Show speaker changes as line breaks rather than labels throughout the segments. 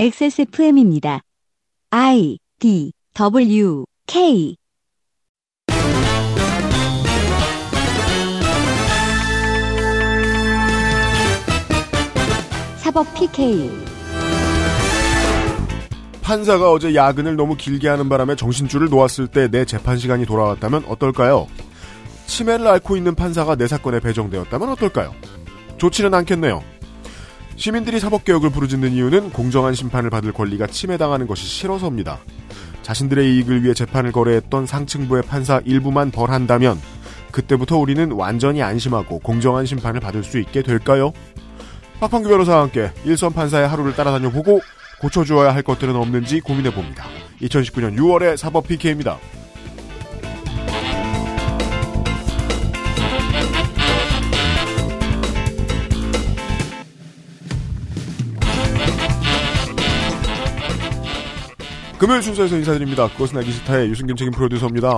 XSFM입니다. I D W K 사법 PK
판사가 어제 야근을 너무 길게 하는 바람에 정신줄을 놓았을 때 내 재판 시간이 돌아왔다면 어떨까요? 치매를 앓고 있는 판사가 내 사건에 배정되었다면 어떨까요? 좋지는 않겠네요. 시민들이 사법개혁을 부르짖는 이유는 공정한 심판을 받을 권리가 침해당하는 것이 싫어서입니다. 자신들의 이익을 위해 재판을 거래했던 상층부의 판사 일부만 벌한다면 그때부터 우리는 완전히 안심하고 공정한 심판을 받을 수 있게 될까요? 박판규 변호사와 함께 일선 판사의 하루를 따라다녀보고 고쳐주어야 할 것들은 없는지 고민해봅니다. 2019년 6월의 사법 PK입니다. 금요일 순서에서 인사드립니다. 그것은 알기 싫다의 유승균 책임 프로듀서입니다.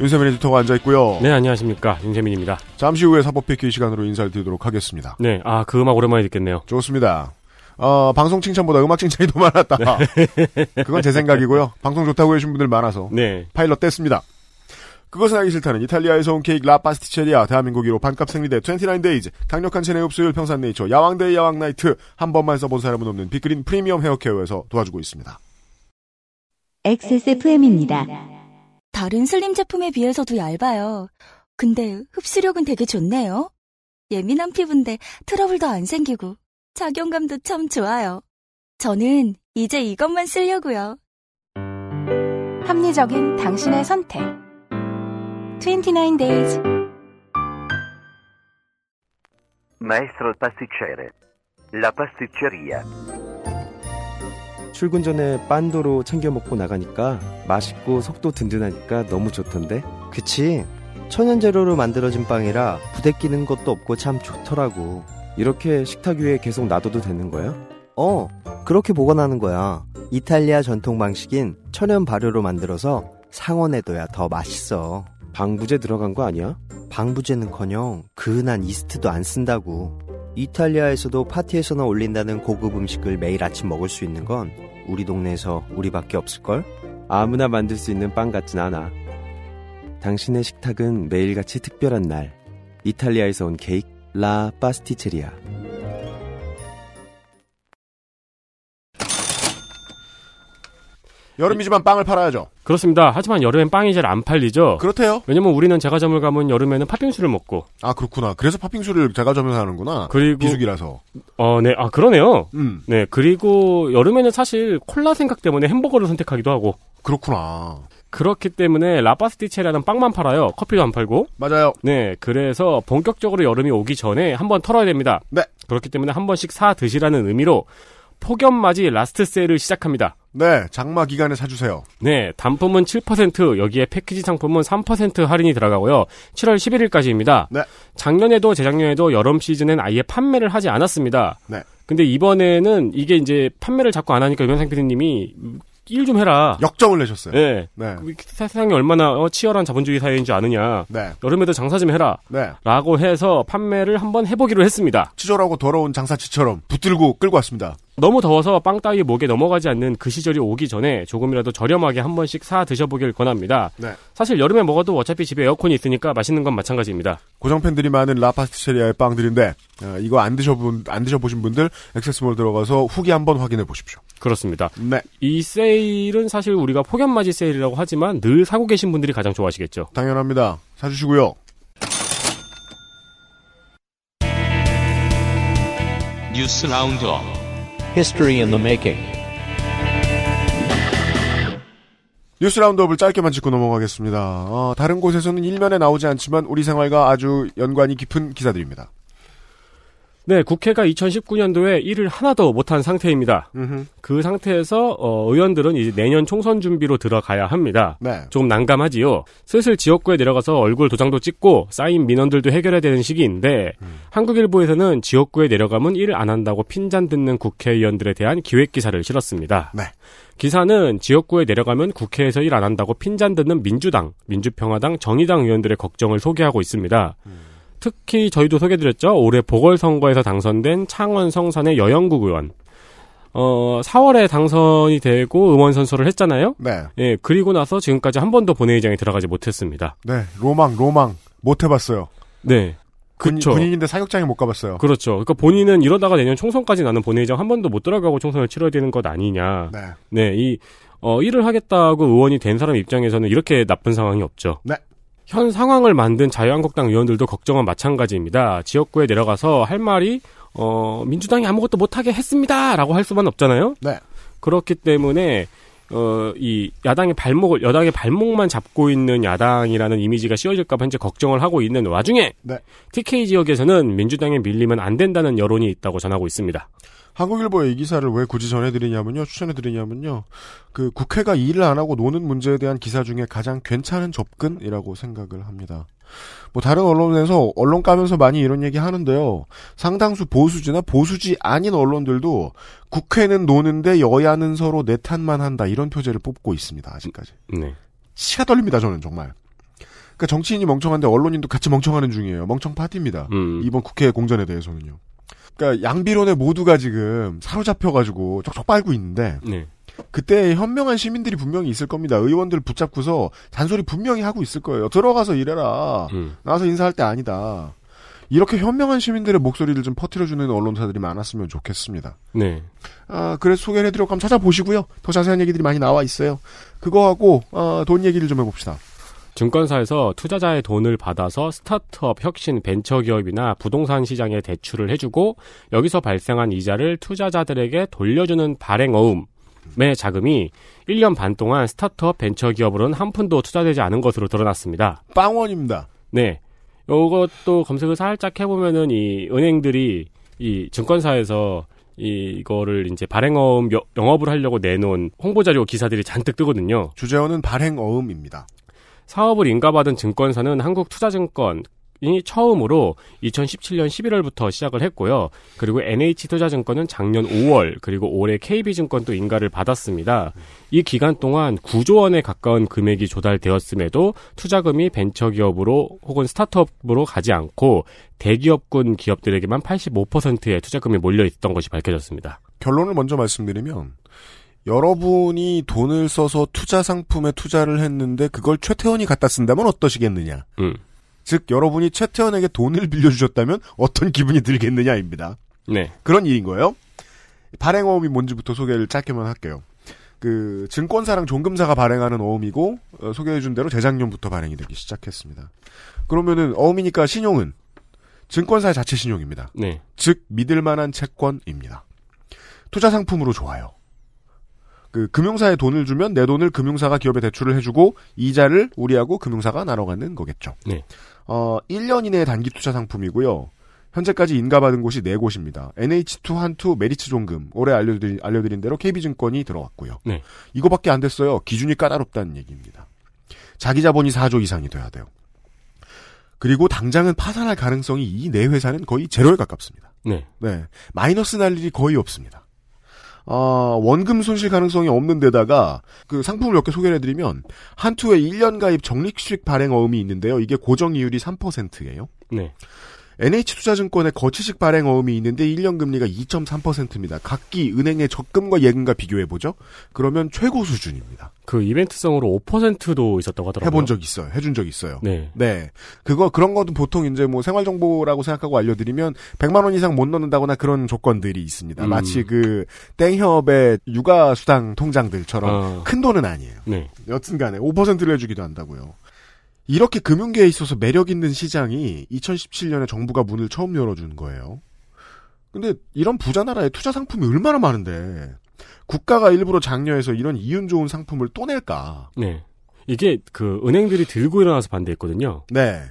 윤세민 에디터가 앉아있고요.
네, 안녕하십니까. 윤세민입니다.
잠시 후에 사법 PK 시간으로 인사를 드리도록 하겠습니다.
네, 아, 그 음악 오랜만에 듣겠네요.
좋습니다. 어, 방송 칭찬보다 음악 칭찬이 더 많았다. 그건 제 생각이고요. 방송 좋다고 해주신 분들 많아서
네.
파일럿 뗐습니다. 그것은 알기 싫다는 이탈리아에서 온 케이크 라파스티체리아 대한민국 1호 반값 생리대 29데이즈 강력한 체내 흡수율 평산네이처 야왕데이 야왕나이트 한 번만 써본 사람은 없는 빅그린 프리미엄 헤어케어에서 도와주고 있습니다.
XSFM입니다.
다른 슬림 제품에 비해서도 얇아요. 근데 흡수력은 되게 좋네요. 예민한 피부인데 트러블도 안 생기고 착용감도 참 좋아요. 저는 이제 이것만 쓰려고요.
합리적인 당신의 선택. 29 days.
Maestro il pasticcere. La pasticceria.
출근 전에 빤도로 챙겨 먹고 나가니까 맛있고 속도 든든하니까 너무 좋던데.
그치? 천연 재료로 만들어진 빵이라 부대 끼는 것도 없고 참 좋더라고.
이렇게 식탁 위에 계속 놔둬도 되는 거야?
어, 그렇게 보관하는 거야. 이탈리아 전통 방식인 천연 발효로 만들어서 상온에둬야 더 맛있어.
방부제 들어간 거 아니야?
방부제는커녕 그은한 이스트도 안 쓴다고. 이탈리아에서도 파티에서나 올린다는 고급 음식을 매일 아침 먹을 수 있는 건 우리 동네에서 우리밖에 없을걸?
아무나 만들 수 있는 빵 같진 않아. 당신의 식탁은 매일같이 특별한 날. 이탈리아에서 온 케이크 라 파스티체리아.
여름이지만 빵을 팔아야죠.
그렇습니다. 하지만 여름엔 빵이 잘 안 팔리죠.
그렇대요.
왜냐면 우리는 제과점을 가면 여름에는 팥빙수를 먹고.
아 그렇구나. 그래서 팥빙수를 제가 점에서 하는구나.
그리고
비수기라서.
어, 네. 아, 그러네요.
음
네. 그리고 여름에는 사실 콜라 생각 때문에 햄버거를 선택하기도 하고.
그렇구나.
그렇기 때문에 라파스티체라는 빵만 팔아요. 커피도 안 팔고.
맞아요.
네. 그래서 본격적으로 여름이 오기 전에 한번 털어야 됩니다.
네.
그렇기 때문에 한 번씩 사 드시라는 의미로 폭염맞이 라스트 세일을 시작합니다.
네 장마 기간에 사주세요.
네, 단품은 7%, 여기에 패키지 상품은 3% 할인이 들어가고요. 7월 11일까지입니다.
네.
작년에도 재작년에도 여름 시즌엔 아예 판매를 하지 않았습니다.
네.
근데 이번에는 이게 이제 판매를 자꾸 안 하니까 유현상 PD님이 일 좀 해라.
역정을 내셨어요.
네.
네.
그 세상이 얼마나 어, 치열한 자본주의 사회인지 아느냐.
네.
여름에도 장사 좀 해라.
네.
라고 해서 판매를 한번 해보기로 했습니다.
치졸하고 더러운 장사치처럼 붙들고 끌고 왔습니다.
너무 더워서 빵 따위 목에 넘어가지 않는 그 시절이 오기 전에 조금이라도 저렴하게 한 번씩 사 드셔보길 권합니다.
네.
사실 여름에 먹어도 어차피 집에 에어컨이 있으니까 맛있는 건 마찬가지입니다.
고정팬들이 많은 라파스티체리아의 빵들인데 어, 이거 안 드셔본 안 드셔보신 분들 액세스몰 들어가서 후기 한번 확인해 보십시오.
그렇습니다.
네,
이 세일은 사실 우리가 폭염맞이 세일이라고 하지만 늘 사고 계신 분들이 가장 좋아하시겠죠.
당연합니다. 사주시고요.
뉴스 라운드업
History in the making.
뉴스 라운드업을 짧게만 짚고 넘어가겠습니다. 어, 다른 곳에서는 일면에 나오지 않지만 우리 생활과 아주 연관이 깊은 기사들입니다.
네, 국회가 2019년도에 일을 하나도 못한 상태입니다. 그 상태에서 어, 의원들은 이제 내년 총선 준비로 들어가야 합니다.
네,
좀 난감하지요. 슬슬 지역구에 내려가서 얼굴 도장도 찍고 쌓인 민원들도 해결해야 되는 시기인데 한국일보에서는 지역구에 내려가면 일을 안 한다고 핀잔 듣는 국회의원들에 대한 기획 기사를 실었습니다.
네.
기사는 지역구에 내려가면 국회에서 일 안 한다고 핀잔 듣는 민주당, 민주평화당, 정의당 의원들의 걱정을 소개하고 있습니다. 특히 저희도 소개드렸죠. 올해 보궐선거에서 당선된 창원 성산의 여영국 의원. 어, 4월에 당선이 되고 의원 선서를 했잖아요.
네.
예, 그리고 나서 지금까지 한 번도 본회의장에 들어가지 못했습니다.
네, 로망, 로망. 못 해봤어요.
네.
군,
그쵸.
군인인데 사격장에 못 가봤어요.
그렇죠. 그러니까 본인은 이러다가 내년 총선까지 나는 본회의장 한 번도 못 들어가고 총선을 치러야 되는 것 아니냐.
네.
네, 이 어, 일을 하겠다고 의원이 된 사람 입장에서는 이렇게 나쁜 상황이 없죠.
네.
현 상황을 만든 자유한국당 의원들도 걱정은 마찬가지입니다. 지역구에 내려가서 할 말이 어, 민주당이 아무것도 못하게 했습니다라고 할 수만 없잖아요.
네.
그렇기 때문에 어, 이 야당의 발목을 여당의 발목만 잡고 있는 야당이라는 이미지가 씌워질까 봐 현재 걱정을 하고 있는 와중에
네.
TK 지역에서는 민주당에 밀리면 안 된다는 여론이 있다고 전하고 있습니다.
한국일보의 이 기사를 왜 굳이 전해드리냐면요, 추천해드리냐면요, 그 국회가 일을 안 하고 노는 문제에 대한 기사 중에 가장 괜찮은 접근이라고 생각을 합니다. 뭐 다른 언론에서 언론 까면서 많이 이런 얘기 하는데요. 상당수 보수지나 보수지 아닌 언론들도 국회는 노는데 여야는 서로 내 탓만 한다 이런 표제를 뽑고 있습니다. 아직까지
네.
시가 떨립니다. 저는 정말. 그러니까 정치인이 멍청한데 언론인도 같이 멍청하는 중이에요. 멍청 파티입니다.
음.
이번 국회 공전에 대해서는요. 그러니까 양비론에 모두가 지금 사로잡혀가지고 쩍쩍 빨고 있는데
네.
그때 현명한 시민들이 분명히 있을 겁니다. 의원들 붙잡고서 잔소리 분명히 하고 있을 거예요. 들어가서 일해라.
음.
나와서 인사할 때 아니다. 이렇게 현명한 시민들의 목소리를 좀 퍼뜨려주는 언론사들이 많았으면 좋겠습니다.
네.
아, 그래서 소개를 해드렸고 한번 찾아보시고요. 더 자세한 얘기들이 많이 나와 있어요. 그거하고 아, 돈 얘기를 좀 해봅시다.
증권사에서 투자자의 돈을 받아서 스타트업, 혁신, 벤처기업이나 부동산 시장에 대출을 해주고 여기서 발생한 이자를 투자자들에게 돌려주는 발행어음의 자금이 1년 반 동안 스타트업 벤처기업으로는 한 푼도 투자되지 않은 것으로 드러났습니다.
빵원입니다.
네. 이것도 검색을 살짝 해보면은 이 은행들이 이 증권사에서 이거를 이제 발행어음 여- 영업을 하려고 내놓은 홍보자료 기사들이 잔뜩 뜨거든요.
주제어는 발행어음입니다.
사업을 인가받은 증권사는 한국투자증권이 처음으로 2017년 11월부터 시작을 했고요. 그리고 NH투자증권은 작년 5월, 그리고 올해 KB증권도 인가를 받았습니다. 이 기간 동안 9조 원에 가까운 금액이 조달되었음에도 투자금이 벤처기업으로 혹은 스타트업으로 가지 않고 대기업군 기업들에게만 85%의 투자금이 몰려 있던 것이 밝혀졌습니다.
결론을 먼저 말씀드리면 여러분이 돈을 써서 투자 상품에 투자를 했는데 그걸 최태원이 갖다 쓴다면 어떠시겠느냐?
음.
즉 여러분이 최태원에게 돈을 빌려주셨다면 어떤 기분이 들겠느냐입니다.
네.
그런 일인 거예요. 발행 어음이 뭔지부터 소개를 짧게만 할게요. 그 증권사랑 종금사가 발행하는 어음이고 어, 소개해준 대로 재작년부터 발행이 되기 시작했습니다. 그러면은 어음이니까 신용은 증권사 자체 신용입니다.
네.
즉 믿을만한 채권입니다. 투자 상품으로 좋아요. 그 금융사에 돈을 주면 내 돈을 금융사가 기업에 대출을 해주고 이자를 우리하고 금융사가 나눠 갖는 거겠죠.
네.
어 1년 이내의 단기 투자 상품이고요. 현재까지 인가받은 곳이 네 곳입니다. NH2, 한투, 메리츠 종금. 올해 알려드린, 알려드린 대로 KB증권이 들어왔고요.
네.
이거밖에 안 됐어요. 기준이 까다롭다는 얘기입니다. 자기 자본이 4조 이상이 돼야 돼요. 그리고 당장은 파산할 가능성이 이 네 회사는 거의 제로에 가깝습니다.
네.
네. 마이너스 날 일이 거의 없습니다. 아, 원금 손실 가능성이 없는 데다가 그 상품을 몇 개 소개해 드리면 한투에 1년 가입 적립식 발행 어음이 있는데요. 이게 고정 이율이 3%예요.
네.
NH투자증권의 거치식 발행 어음이 있는데 1년 금리가 2.3%입니다. 각기 은행의 적금과 예금과 비교해 보죠. 그러면 최고 수준입니다.
그 이벤트성으로 5%도 있었다고 하더라고요.
해본 적 있어요. 해준 적 있어요.
네.
네. 그거, 그런 것도 보통 이제 뭐 생활정보라고 생각하고 알려드리면 100만원 이상 못 넣는다거나 그런 조건들이 있습니다.
음.
마치 그 땡협의 육아수당 통장들처럼
어,
큰 돈은 아니에요.
네.
여튼 간에 5%를 해주기도 한다고요. 이렇게 금융계에 있어서 매력 있는 시장이 2017년에 정부가 문을 처음 열어준 거예요. 근데 이런 부자 나라에 투자 상품이 얼마나 많은데 국가가 일부러 장려해서 이런 이윤 좋은 상품을 또 낼까?
네. 이게 그 은행들이 들고 일어나서 반대했거든요.
네.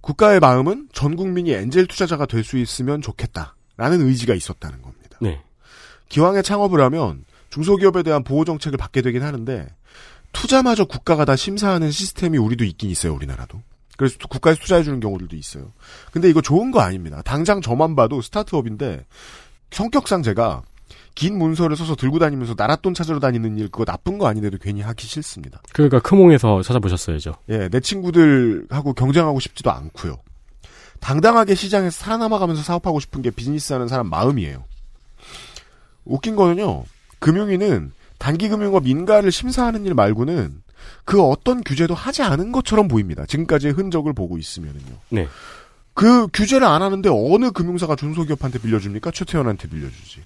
국가의 마음은 전 국민이 엔젤 투자자가 될 수 있으면 좋겠다. 라는 의지가 있었다는 겁니다.
네.
기왕에 창업을 하면 중소기업에 대한 보호 정책을 받게 되긴 하는데 투자마저 국가가 다 심사하는 시스템이 우리도 있긴 있어요, 우리나라도. 그래서 또 국가에서 투자해주는 경우들도 있어요. 근데 이거 좋은 거 아닙니다. 당장 저만 봐도 스타트업인데 성격상 제가 긴 문서를 써서 들고 다니면서 나랏돈 찾으러 다니는 일 그거 나쁜 거 아닌데도 괜히 하기 싫습니다.
그러니까 크몽에서 찾아보셨어야죠.
예, 내 친구들하고 경쟁하고 싶지도 않고요. 당당하게 시장에서 살아남아가면서 사업하고 싶은 게 비즈니스 하는 사람 마음이에요. 웃긴 거는요. 금융위는 단기 금융과 민가를 심사하는 일 말고는 그 어떤 규제도 하지 않은 것처럼 보입니다. 지금까지의 흔적을 보고 있으면요.
네.
그 규제를 안 하는데 어느 금융사가 중소기업한테 빌려줍니까? 최태원한테 빌려주지.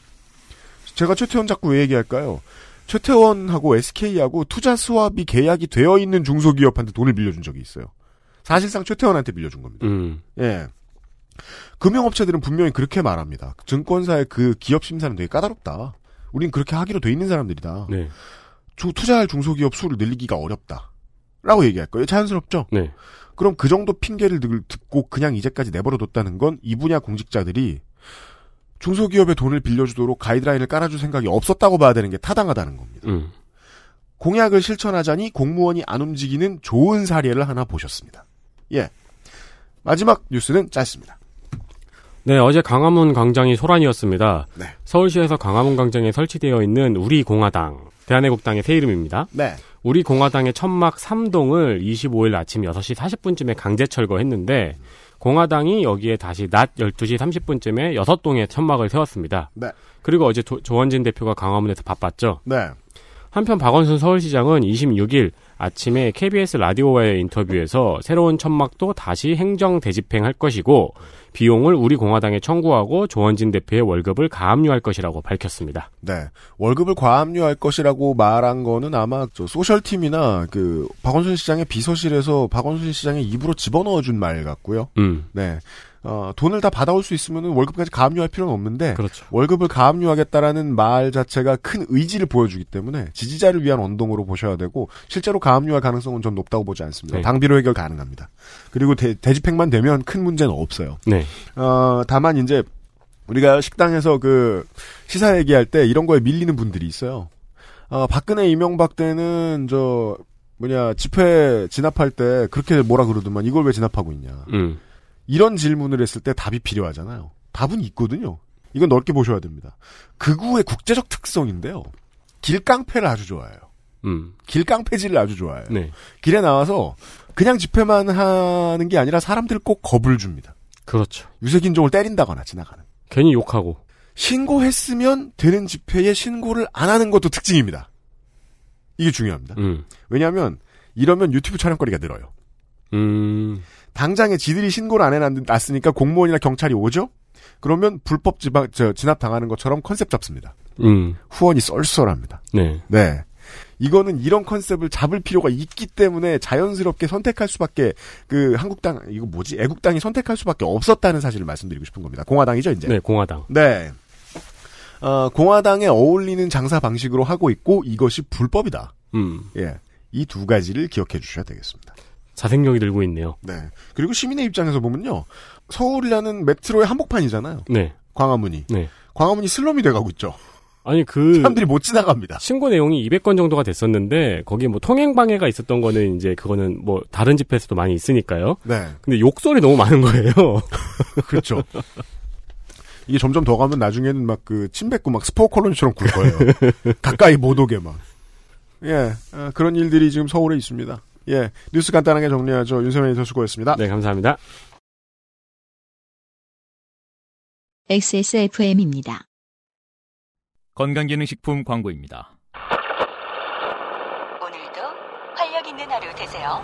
제가 최태원 자꾸 왜 얘기할까요? 최태원하고 SK하고 투자 수합이 계약이 되어 있는 중소기업한테 돈을 빌려준 적이 있어요. 사실상 최태원한테 빌려준 겁니다.
음.
예. 금융업체들은 분명히 그렇게 말합니다. 증권사의 그 기업 심사는 되게 까다롭다. 우린 그렇게 하기로 돼 있는 사람들이다.
네.
주- 투자할 중소기업 수를 늘리기가 어렵다. 라고 얘기할 거예요. 자연스럽죠?
네.
그럼 그 정도 핑계를 들- 듣고 그냥 이제까지 내버려뒀다는 건 이 분야 공직자들이 중소기업에 돈을 빌려주도록 가이드라인을 깔아줄 생각이 없었다고 봐야 되는 게 타당하다는 겁니다.
음.
공약을 실천하자니 공무원이 안 움직이는 좋은 사례를 하나 보셨습니다. 예. 마지막 뉴스는 짧습니다.
네, 어제 광화문 광장이 소란이었습니다.
네.
서울시에서 광화문 광장에 설치되어 있는 우리 공화당, 대한애국당의 새 이름입니다.
네.
우리 공화당의 천막 3동을 25일 아침 6시 40분쯤에 강제 철거했는데 공화당이 여기에 다시 낮 12시 30분쯤에 6동의 천막을 세웠습니다.
네.
그리고 어제 조, 원진 대표가 강화문에서 바빴죠.
네.
한편 박원순 서울시장은 26일 아침에 KBS 라디오와의 인터뷰에서 새로운 천막도 다시 행정 대집행할 것이고 비용을 우리 공화당에 청구하고 조원진 대표의 월급을 가압류할 것이라고 밝혔습니다.
네. 월급을 과압류할 것이라고 말한 거는 아마 저 소셜팀이나 그 박원순 시장의 비서실에서 박원순 시장의 입으로 집어넣어준 말 같고요.
음.
네. 어, 돈을 다 받아올 수 있으면 월급까지 가압류할 필요는 없는데
그렇죠.
월급을 가압류하겠다라는 말 자체가 큰 의지를 보여주기 때문에 지지자를 위한 언동으로 보셔야 되고 실제로 가압류할 가능성은 전 높다고 보지 않습니다.
네.
당비로 해결 가능합니다. 그리고 대, 대집행만 되면 큰 문제는 없어요.
네.
어, 다만 이제 우리가 식당에서 그 시사 얘기할 때 이런 거에 밀리는 분들이 있어요. 어, 박근혜 이명박 때는 저 뭐냐 집회 진압할 때 그렇게 뭐라 그러더만 이걸 왜 진압하고 있냐
음.
이런 질문을 했을 때 답이 필요하잖아요. 답은 있거든요. 이건 넓게 보셔야 됩니다. 극우의 국제적 특성인데요. 길깡패를 아주 좋아해요.
음.
길깡패질을 아주 좋아해요.
네.
길에 나와서 그냥 집회만 하는 게 아니라 사람들 꼭 겁을 줍니다.
그렇죠.
유색인종을 때린다거나 지나가는.
괜히 욕하고
신고했으면 되는 집회에 신고를 안 하는 것도 특징입니다. 이게 중요합니다.
음.
왜냐하면 이러면 유튜브 촬영거리가 늘어요.
음.
당장에 지들이 신고를 안 해놨으니까 공무원이나 경찰이 오죠? 그러면 불법 지방, 저, 진압당하는 것처럼 컨셉 잡습니다.
음.
후원이 쏠쏠합니다.
네.
네. 이거는 이런 컨셉을 잡을 필요가 있기 때문에 자연스럽게 선택할 수밖에 그 한국당 이거 뭐지 애국당이 선택할 수밖에 없었다는 사실을 말씀드리고 싶은 겁니다. 공화당이죠 이제.
네, 공화당.
네. 어, 공화당에 어울리는 장사 방식으로 하고 있고 이것이 불법이다.
음.
예. 이 두 가지를 기억해 주셔야 되겠습니다.
자생력이 늘고 있네요.
네. 그리고 시민의 입장에서 보면요. 서울이라는 메트로의 한복판이잖아요.
네.
광화문이.
네.
광화문이 슬럼이 돼가고 있죠.
아니 그
사람들이 못 지나갑니다.
신고 내용이 200건 정도가 됐었는데 거기 뭐 통행 방해가 있었던 거는 이제 그거는 뭐 다른 집회에서도 많이 있으니까요.
네.
근데 욕설이 너무 많은 거예요.
그렇죠. 이게 점점 더 가면 나중에는 막 그 침뱉고 막 스포 콜론처럼 굴 거예요. 가까이 못 오게 막. 예. 어, 그런 일들이 지금 서울에 있습니다. 예. 뉴스 간단하게 정리하죠. 윤세민 에디터 수고했습니다.
네, 감사합니다.
XSFM입니다.
건강기능식품 광고입니다.
오늘도 활력 있는 하루 되세요.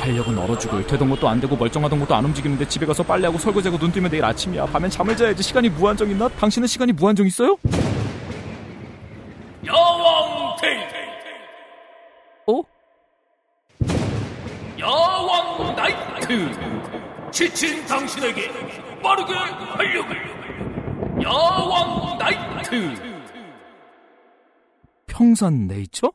활력은 얼어 죽을 되던 것도 안 되고 멀쩡하던 것도 안 움직이는데 집에 가서 빨래하고 설거지하고 눈 뜨면 내일 아침이야 밤엔 잠을 자야지 시간이 무한정 있나? 당신은 시간이 무한정 있어요?
여왕 테이프
어?
여왕 나이트 지친 당신에게 빠르게 활력을 여왕 나이트
평산 네이처?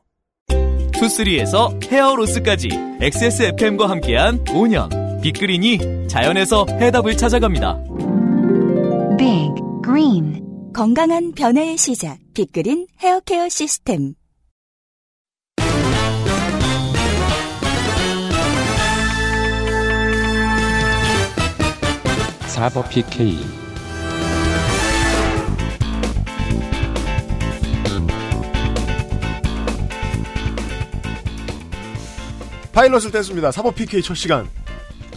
투쓰리에서 헤어로스까지 XSFM과 함께한 5년 빅그린이 자연에서 해답을 찾아갑니다.
Big Green 건강한 변화의 시작 빅그린 헤어케어 시스템
사버 PK
파일럿을 뗐습니다. 사법 PK 첫 시간.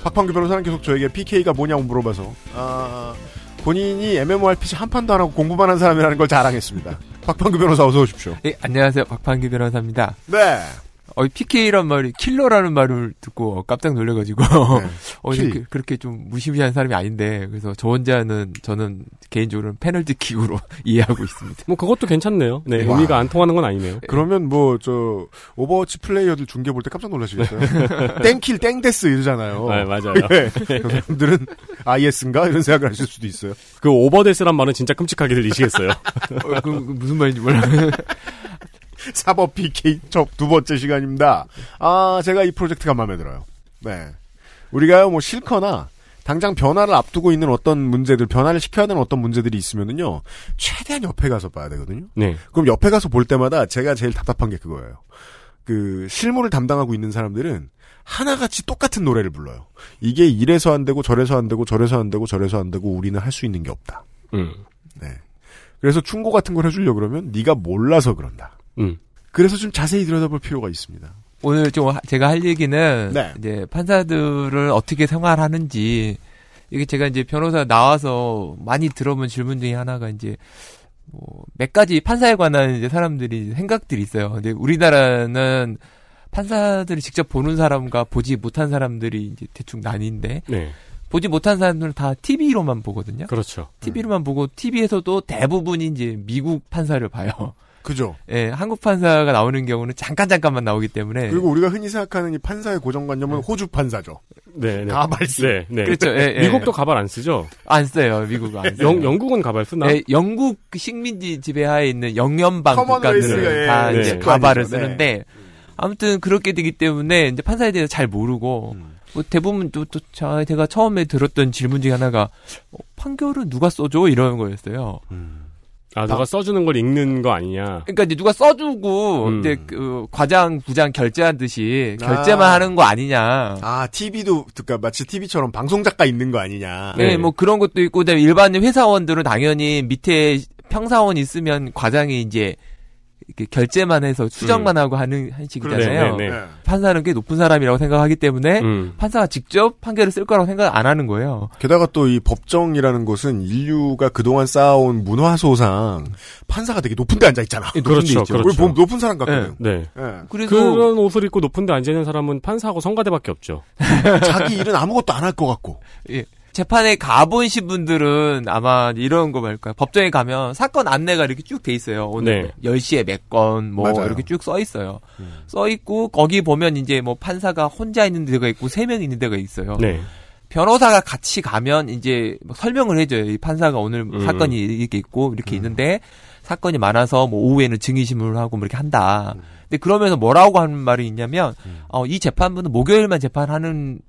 박판규 변호사는 계속 저에게 PK가 뭐냐고 물어봐서 아, 본인이 MMORPG 한 판도 안 하고 공부만 한 사람이라는 걸 자랑했습니다. 박판규 변호사 어서 오십시오.
예, 안녕하세요. 박판규 변호사입니다.
네.
어, PK란 말이 킬러라는 말을 듣고 깜짝 놀래가지고 어,
킬.
그, 렇게좀 무시무시한 사람이 아닌데 그래서 저 혼자는 저는 개인적으로는 페널티킥으로 이해하고 있습니다.
뭐 그것도 괜찮네요. 네,
와.
의미가 안 통하는 건 아니네요.
그러면 뭐 저 오버워치 플레이어들 중계 볼 때 깜짝 놀라시겠어요. 땡킬 땡데스 이러잖아요.
네, 맞아요.
예. 그 사람들은 IS인가 이런 생각을 하실 수도 있어요.
그 오버데스란 말은 진짜 끔찍하게 들리시겠어요.
어, 그, 그 무슨 말인지 몰라요.
사법 PK 접두 번째 시간입니다. 아, 제가 이 프로젝트가 마음에 들어요. 네. 우리가요, 뭐, 싫거나, 당장 변화를 앞두고 있는 어떤 문제들, 변화를 시켜야 되는 어떤 문제들이 있으면은요, 최대한 옆에 가서 봐야 되거든요.
네.
그럼 옆에 가서 볼 때마다 제가 제일 답답한 게 그거예요. 그, 실무를 담당하고 있는 사람들은 하나같이 똑같은 노래를 불러요. 이게 이래서 안 되고, 저래서 안 되고, 저래서 안 되고, 저래서 안 되고, 우리는 할 수 있는 게 없다.
음.
네. 그래서 충고 같은 걸 해주려고 그러면 네가 몰라서 그런다.
음.
그래서 좀 자세히 들여다볼 필요가 있습니다.
오늘 좀 하- 제가 할 얘기는
네.
이제 판사들을 어떻게 생활하는지 이게 제가 이제 변호사 나와서 많이 들어본 질문 중에 하나가 이제 뭐 몇 가지 판사에 관한 이제 사람들이 생각들이 있어요. 근데 우리나라는 판사들을 직접 보는 사람과 보지 못한 사람들이 이제 대충 나뉜데
네.
보지 못한 사람들은 다 TV로만 보거든요.
음.
그렇죠.
TV로만 보고 TV에서도 대부분이 이제 미국 판사를 봐요.
그죠.
예, 한국 판사가 나오는 경우는 잠깐 잠깐만 나오기 때문에
그리고 우리가 흔히 생각하는 이 판사의 고정관념은 호주 판사죠.
네, 네.
가발 쓰-
네, 네.
그렇죠. 예, 예.
미국도 가발 안 쓰죠.
안 써요 미국은 안 써요.
영, 영국은 가발 쓰나?
예, 영국 식민지 지배하에 있는 영연방
커먼웰스가,
국가들은
예,
다
예,
이제
습관이죠.
가발을
네.
쓰는데 아무튼 그렇게 되기 때문에 이제 판사에 대해서 잘 모르고
음.
뭐 대부분 또, 또 자- 제가 처음에 들었던 질문 중에 하나가 어, 판결은 누가 써줘 이런 거였어요.
음.
아, 누가 써주는 걸 읽는 거 아니냐.
그러니까 이제 누가 써주고
음.
이제 그 과장 부장 결제한 듯이
아.
결제만 하는 거 아니냐.
아, TV도, 그니까 마치 TV처럼 방송 작가 있는 거 아니냐.
네, 뭐 그런 것도 있고, 그다음에 일반 회사원들은 당연히 밑에 평사원 있으면 과장이 이제 이렇게 결제만 해서 수정만 하고 하는 한
그렇죠.
식이잖아요.
네, 네, 네.
판사는 꽤 높은 사람이라고 생각하기 때문에
음.
판사가 직접 판결을 쓸 거라고 생각 안 하는 거예요.
게다가 또 이 법정이라는 것은 인류가 그동안 쌓아온 문화소상 판사가 되게 높은 데 앉아 있잖아.
예, 높은 데
그렇죠,
있죠.
그렇죠.
우리 보면 높은 사람 같거든.
네.
예.
그래서
그런 옷을 입고 높은 데 앉아있는 사람은 판사하고 성가대밖에 없죠.
자기 일은 아무것도 안 할 것 같고.
예, 재판에 가보신 분들은 아마 이런 거 말까 법정에 가면 사건 안내가 이렇게 쭉 돼 있어요. 오늘 10시에 몇 건, 뭐
맞아요.
이렇게 쭉 써 있어요. 써 있고 거기 보면 이제 뭐 판사가 혼자 있는 데가 있고 세 명 있는 데가 있어요.
네.
변호사가 같이 가면 이제 막 설명을 해줘요. 이 판사가 오늘
음.
사건이 이렇게 있고 이렇게 있는데 사건이 많아서 뭐 오후에는 증인심을 하고 뭐 이렇게 한다. 근데 그러면서 뭐라고 하는 말이 있냐면 어, 이 재판부는 목요일만 재판하는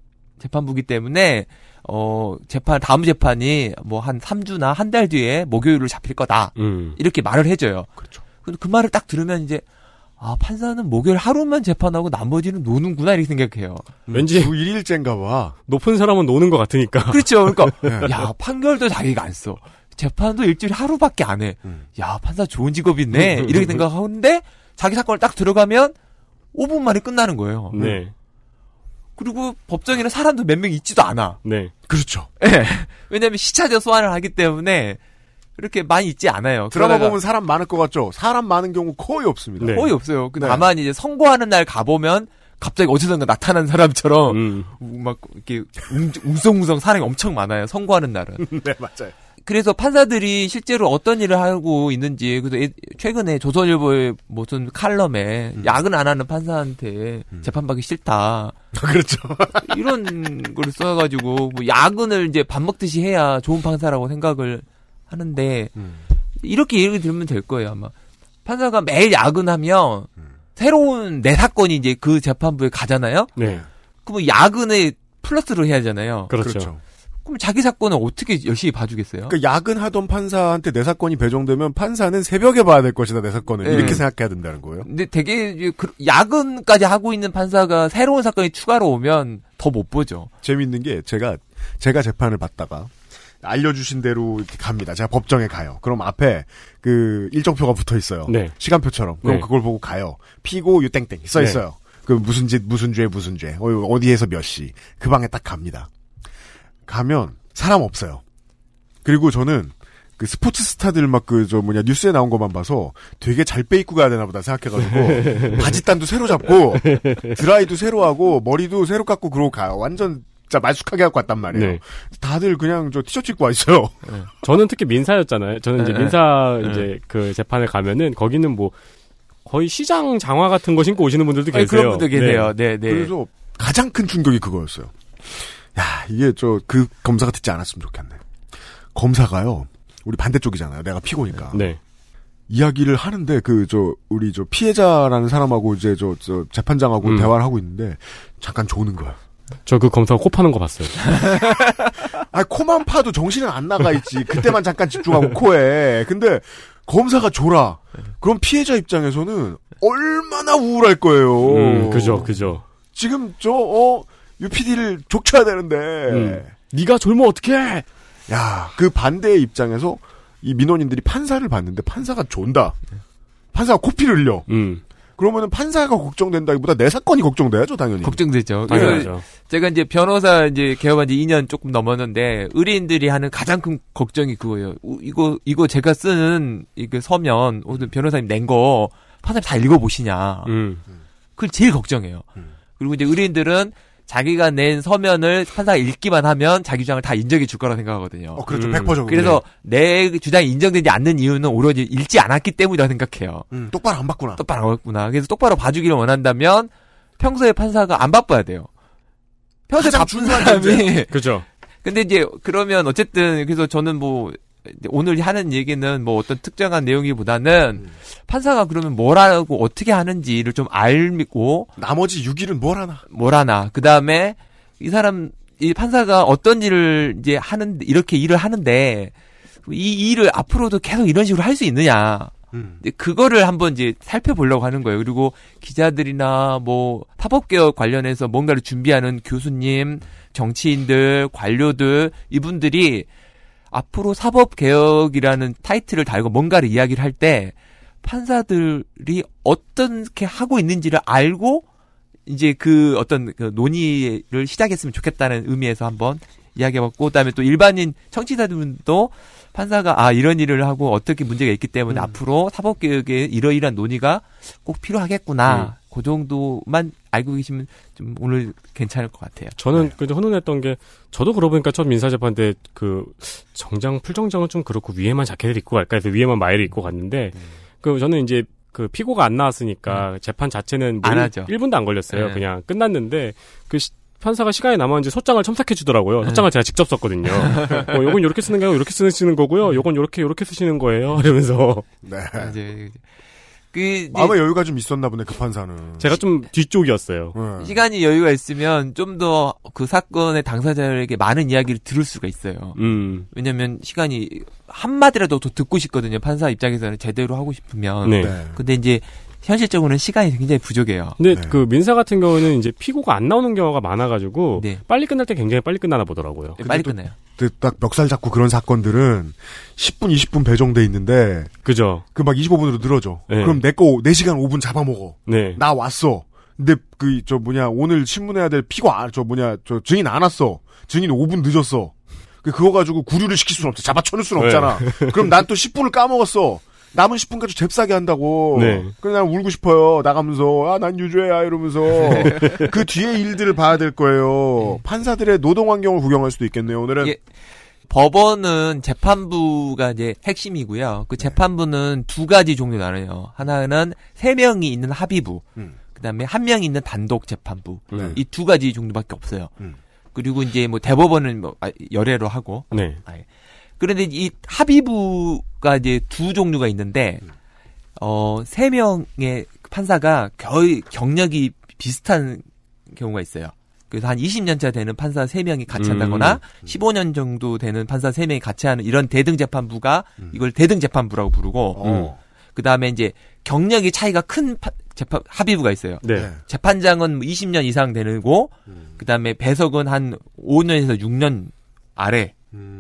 재판부기 때문에 어 재판 다음 재판이 뭐 한 3주나 한 달 뒤에 목요일로 잡힐 거다.
음.
이렇게 말을 해줘요. 그렇죠. 근데 그 말을 딱 들으면 이제 아 판사는 목요일 하루만 재판하고 나머지는 노는구나 이렇게 생각해요.
왠지
주 그 1일째인가 봐.
높은 사람은 노는 것 같으니까.
그렇죠.
네.
그러니까 야 판결도 자기가 안 써. 재판도 일주일에 하루밖에 안 해.
음.
야 판사 좋은 직업이네. 이렇게 생각하는데 자기 사건을 딱 들어가면 5분 만에 끝나는 거예요.
네.
그리고 법정에는 사람도 몇 명 있지도 않아.
네.
그렇죠.
예. 왜냐하면 시차적 소환을 하기 때문에 이렇게 많이 있지
드라마
않아요. 그러다가
보면 사람 많을 것 같죠? 사람 많은 경우 거의 없습니다.
네.
거의 없어요. 근데
네.
다만 이제 선고하는 날 가보면 갑자기 어디선가 나타난 사람처럼
음.
우- 막 이렇게 웅- 웅성웅성 사람이 엄청 많아요. 선고하는 날은.
네, 맞아요.
그래서 판사들이 실제로 어떤 일을 하고 있는지 그래서 예- 최근에 조선일보의 무슨 칼럼에 야근 안 하는 판사한테 재판받기 싫다
그렇죠.
이런 걸 써가지고 뭐 야근을 이제 밥 먹듯이 해야 좋은 판사라고 생각을 하는데 이렇게 얘기를 들으면 될 거예요 아마 판사가 매일 야근하면 새로운 내 사건이 이제 그 재판부에 가잖아요
네.
그럼 야근에 플러스로 해야 하잖아요
그렇죠.
그럼 자기 사건을 어떻게 열심히 봐주겠어요
그러니까 야근하던 판사한테 내 사건이 배정되면 판사는 새벽에 봐야 될 것이다, 내 사건을.
네.
이렇게 생각해야 된다는 거예요.
근데 되게 이제 그- 야근까지 하고 있는 판사가 새로운 사건이 추가로 오면 더 못 보죠.
재밌는 게 제가 제가 재판을 받다가 알려주신 대로 이렇게 갑니다. 제가 법정에 가요. 그럼 앞에 그 일정표가 붙어 있어요.
네.
시간표처럼. 그럼
네.
그걸 보고 가요. 피고 유땡땡 써 있어요. 그 무슨 짓 무슨 죄 무슨 죄 어, 어디에서 몇 시 그 방에 딱 갑니다. 가면 사람 없어요. 그리고 저는 그 스포츠 스타들 막 그 저 뭐냐 뉴스에 나온 것만 봐서 되게 잘 빼입고 가야 되나 보다 생각해가지고 바짓단도 새로 잡고 드라이도 새로 하고 머리도 새로 깎고 그러고 가요. 완전 진짜 말쑥하게 갖고 왔단 말이에요.
네.
다들 그냥 저 티셔츠 입고 와 있어요.
저는 특히 민사였잖아요. 저는 이제
네.
민사
네.
이제 그 재판에 가면은 거기는 뭐 거의 시장 장화 같은 거 신고 오시는 분들도
아니,
계세요.
그런 분도 계세요. 네, 네.
그래서 가장 큰 충격이 그거였어요. 야 이게 저 그 검사가 듣지 않았으면 좋겠네. 검사가요. 우리 반대쪽이잖아요. 내가 피고니까.
네.
네.
이야기를 하는데 그 저 우리 저 피해자라는 사람하고 이제 저, 저 재판장하고
음.
대화를 하고 있는데 잠깐 조는 거야.
저 그 검사 코 파는 거 봤어요.
아 코만 파도 정신은 안 나가 있지. 그때만 잠깐 집중하고 코에. 근데 검사가 졸아. 그럼 피해자 입장에서는 얼마나 우울할 거예요.
음, 그죠, 그죠.
지금 저어 UPD를 족쳐야 되는데
음. 네가 졸면 어떡해?
야, 그 반대의 입장에서 이 민원인들이 판사를 봤는데 판사가 존다. 판사가 코피를 흘려.
음,
그러면은 판사가 걱정된다기보다 내 사건이 걱정돼야죠, 네. 당연히.
걱정되죠. 그래서 제가 이제 변호사 이제 개업한 지 2년 조금 넘었는데 의뢰인들이 하는 가장 큰 걱정이 그거예요. 우- 이거 이거 제가 쓰는 이그 서면 오늘 변호사님 낸 거 판사님 다 읽어보시냐.
음.
음.
그걸 제일 걱정해요. 그리고 이제 의뢰인들은 자기가 낸 서면을 판사가 읽기만 하면 자기 주장을 다 인정해 줄 거라 생각하거든요.
어, 그렇죠. 100% 적응.
그래서 내 주장이 인정되지 않는 이유는 오로지 읽지 않았기 때문이라 생각해요.
음, 똑바로 안 봤구나.
똑바로 안 봤구나. 그래서 똑바로 봐주기를 원한다면 평소에 판사가 안 바빠야 돼요. 평소에 바쁜 사람이.
그죠.
근데 이제 그러면 어쨌든 그래서 저는 뭐 이제 오늘 하는 얘기는 뭐 어떤 특정한 내용이보다는 판사가 그러면 뭐라고 어떻게 하는지를 좀 알고
나머지 6일은 뭘 하나
뭘 하나 그 다음에 이 사람 이 판사가 어떤 일을 이제 하는 이렇게 일을 하는데 이 일을 앞으로도 계속 이런 식으로 할 수 있느냐 이제 그거를 한번 이제 살펴보려고 하는 거예요. 그리고 기자들이나 뭐 사법개혁 관련해서 뭔가를 준비하는 교수님, 정치인들, 관료들 이분들이 앞으로 사법개혁이라는 타이틀을 달고 뭔가를 이야기를 할 때 판사들이 어떻게 하고 있는지를 알고 이제 그 어떤 그 논의를 시작했으면 좋겠다는 의미에서 한번 이야기해봤고 그다음에 또 일반인 청취자들도 판사가 아 이런 일을 하고 어떻게 문제가 있기 때문에 앞으로 사법개혁에 이러이러한 논의가 꼭 필요하겠구나 그 정도만 알고 계시면 좀 오늘 괜찮을 것 같아요.
저는 그래도 훈훈했던 게 저도 그러고 보니까 첫 민사재판 때 그 정장 풀정장은 좀 그렇고 위에만 자켓을 입고 갈까 해서 위에만 마이를 입고 갔는데
네.
그 저는 이제 그 피고가 안 나왔으니까 재판 자체는
안
뭐
하죠.
1분도 안 걸렸어요.
네.
그냥 끝났는데 그 시- 판사가 시간이 남았는지 소장을 첨삭해 주더라고요.
네.
소장을 제가 직접 썼거든요. 어, 요건 이렇게 쓰는 게 아니고 이렇게 쓰시는 거고요. 요건 이렇게 이렇게 쓰시는 거예요. 이러면서
네.
이제 그
마음의 여유가 좀 있었나 보네, 그 판사는. 네.
제가 좀 뒤쪽이었어요.
시간이 여유가 있으면 좀 더 그 사건의 당사자에게 많은 이야기를 들을 수가 있어요.
음.
왜냐면 시간이 한마디라도 더 듣고 싶거든요. 판사 입장에서는 제대로 하고 싶으면.
네. 네.
근데 이제 현실적으로는 시간이 굉장히 부족해요.
근데 그 민사 같은 경우는 이제 피고가 안 나오는 경우가 많아가지고
네.
빨리 끝날 때 굉장히 빨리 끝나나 보더라고요.
빨리 끝나요.
그딱 멱살 잡고 그런 사건들은 10분, 20분 배정돼 있는데.
그죠.
그 막 25분으로 늘어져.
네.
그럼 내 거 4시간 5분 잡아먹어.
네.
나 왔어. 근데 그, 저 뭐냐, 오늘 신문해야 될 피고, 아, 저 뭐냐, 저 증인 안 왔어. 증인 5분 늦었어. 그- 그거 가지고 구류를 시킬 수는 없어. 잡아쳐낼 수는
네.
없잖아. 그럼 난 또 10분을 까먹었어. 남은 10분 가지고 잽싸게 한다고.
네.
그래서 난 울고 싶어요. 나가면서. 아, 난 유죄야. 이러면서. 그 뒤에 일들을 봐야 될
음.
거예요. 판사들의 노동 환경을 구경할 수도 있겠네요, 오늘은.
예. 법원은 재판부가 이제 핵심이고요.
네.
그 재판부는 두 가지 종류 나눠요. 하나는 세 명이 있는 합의부,
음.
그다음에 한 명이 있는 단독 재판부.
네.
이 두 가지 종류밖에 없어요.
음.
그리고 이제 뭐 대법원은 뭐 아, 열애로 하고.
네.
아예. 그런데 이 합의부가 이제 두 종류가 있는데 어, 세 명의 판사가 거의 경력이 비슷한 경우가 있어요. 그래서 한 20년차 되는 판사 세명이 같이
음.
한다거나 15년 정도 되는 판사 세명이 같이 하는 이런 대등재판부가 이걸 대등재판부라고
음.
부르고
어.
그 다음에 이제 경력이 차이가 큰 파- 재판, 합의부가 있어요.
예.
네.
재판장은 20년 이상 되는 고, 그 다음에 배석은 한 5년에서 6년 아래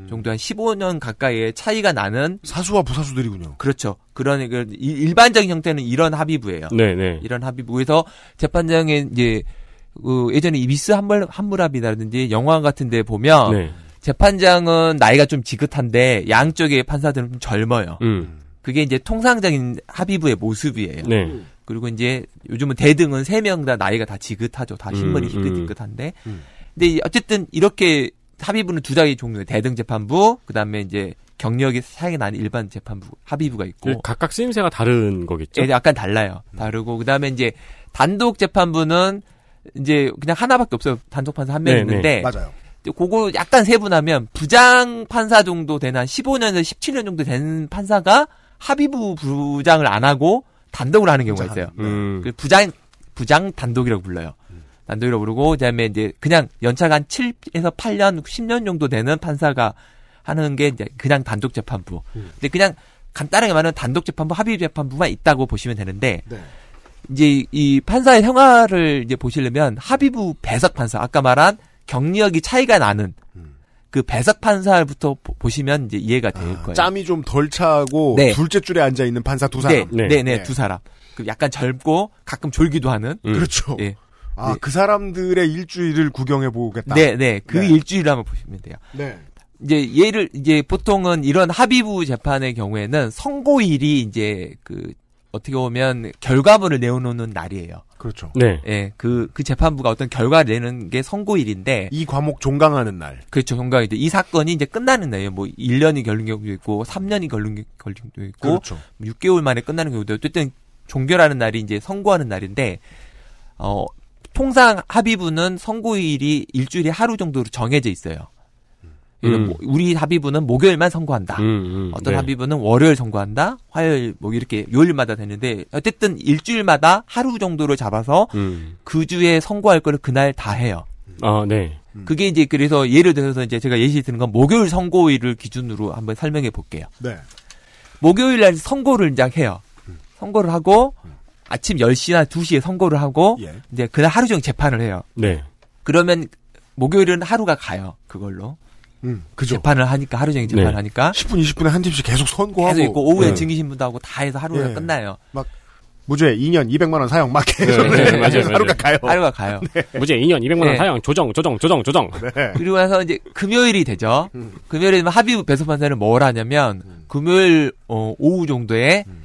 정도 한 15년 가까이의 차이가 나는
사수와 부사수들이군요.
그렇죠. 그런 그 일- 일반적인 형태는 이런 합의부예요.
네, 네.
이런 합의부에서 재판장의 이제 그 예전에 이비스 한물 한물합이라든지 영화 같은 데 보면
네.
재판장은 나이가 좀 지긋한데 양쪽의 판사들은 좀
네.
젊어요. 그게 이제 통상적인 합의부의 모습이에요.
네.
그리고 이제 요즘은 대등은 세 명 다 나이가 다 지긋하죠. 다 신분이
음, 음.
희끗희끗한데. 근데 이- 어쨌든 이렇게 합의부는 두 가지 종류예요. 대등 재판부, 그다음에 이제 경력이 차이가 나는 일반 재판부 합의부가 있고
그 각각 쓰임새가 다른 거겠죠.
예, 약간 달라요. 다르고 그다음에 이제 단독 재판부는 이제 그냥 하나밖에 없어요. 단독 판사 한 명
네,
있는데
네. 맞아요.
근데 그거 약간 세분하면 부장 판사 정도 되는 한 15년에서 17년 정도 된 판사가 합의부 부장을 안 하고 단독을 하는 경우가 있어요.
음.
그 부장 부장 단독이라고 불러요. 단독이라고 부르고 그다음에 이제 그냥 연차가 한 7에서 8년, 10년 정도 되는 판사가 하는 게 이제 그냥 단독 재판부.
음.
근데 그냥 간단하게 말하면 단독 재판부, 합의 재판부만 있다고 보시면 되는데
네.
이제 이 판사의 형화를 이제 보시려면 합의부 배석 판사 아까 말한 경력이 차이가 나는
음.
그 배석 판사부터 보- 보시면 이제 이해가 될 거예요.
네. 아, 짬이 좀 덜 차고
네.
둘째 줄에 앉아 있는 판사 두 사람.
네, 네, 네, 두 사람. 그 약간 젊고 가끔 졸기도 하는.
그렇죠.
예.
아,
네.
그 사람들의 일주일을 구경해 보겠다.
네, 네. 그 일주일을 한번 보시면 돼요.
네.
이제 얘를 이제 보통은 이런 합의부 재판의 경우에는 선고일이 이제 그 어떻게 보면 결과물을 내놓는 날이에요.
그렇죠.
네.
예, 그, 그 재판부가 어떤 결과를 내는 게 선고일인데.
이 과목 종강하는 날.
그렇죠, 종강이. 이 사건이 이제 끝나는 날이에요. 뭐, 1년이 걸린 경우도 있고, 3년이 걸린 게- 걸린 경우도 있고,
그렇죠.
6개월 만에 끝나는 경우도 있고, 어쨌든 종결하는 날이 이제 선고하는 날인데, 어, 통상 합의부는 선고일이 일주일에 하루 정도로 정해져 있어요. 예를
음.
뭐 우리 합의부는 목요일만 선고한다.
음, 음,
어떤
네.
합의부는 월요일 선고한다. 화요일 뭐 이렇게 요일마다 되는데 어쨌든 일주일마다 하루 정도를 잡아서
음.
그 주에 선고할 거를 그날 다 해요.
아, 네.
그게 이제 그래서 예를 들어서 이제 제가 예시 드는 건 목요일 선고일을 기준으로 한번 설명해 볼게요.
네.
목요일 날 선고를 이제 해요.
음.
선고를 하고 아침 10시나 2시에 선고를 하고
예.
이제 그날 하루 종일 재판을 해요.
네.
그러면 목요일은 하루가 가요. 그걸로.
음,
재판을 하니까 하루 종일 재판을
네.
하니까
10분, 20분에 한 팀씩 계속 선고하고.
계속 있고 오후에
네.
증기신문도 하고 다 해서 하루가
예.
끝나요.
막 무죄 2년 200만 원 사형 막
네.
계속 하루가 가요.
하루가 가요.
무죄 2년 200만 원
네.
사형 조정 조정 조정 조정.
그리고 나서 이제 금요일이 되죠.
음.
금요일에 되면 합의 배소판사는 뭘 하냐면 금요일 어, 오후 정도에
음.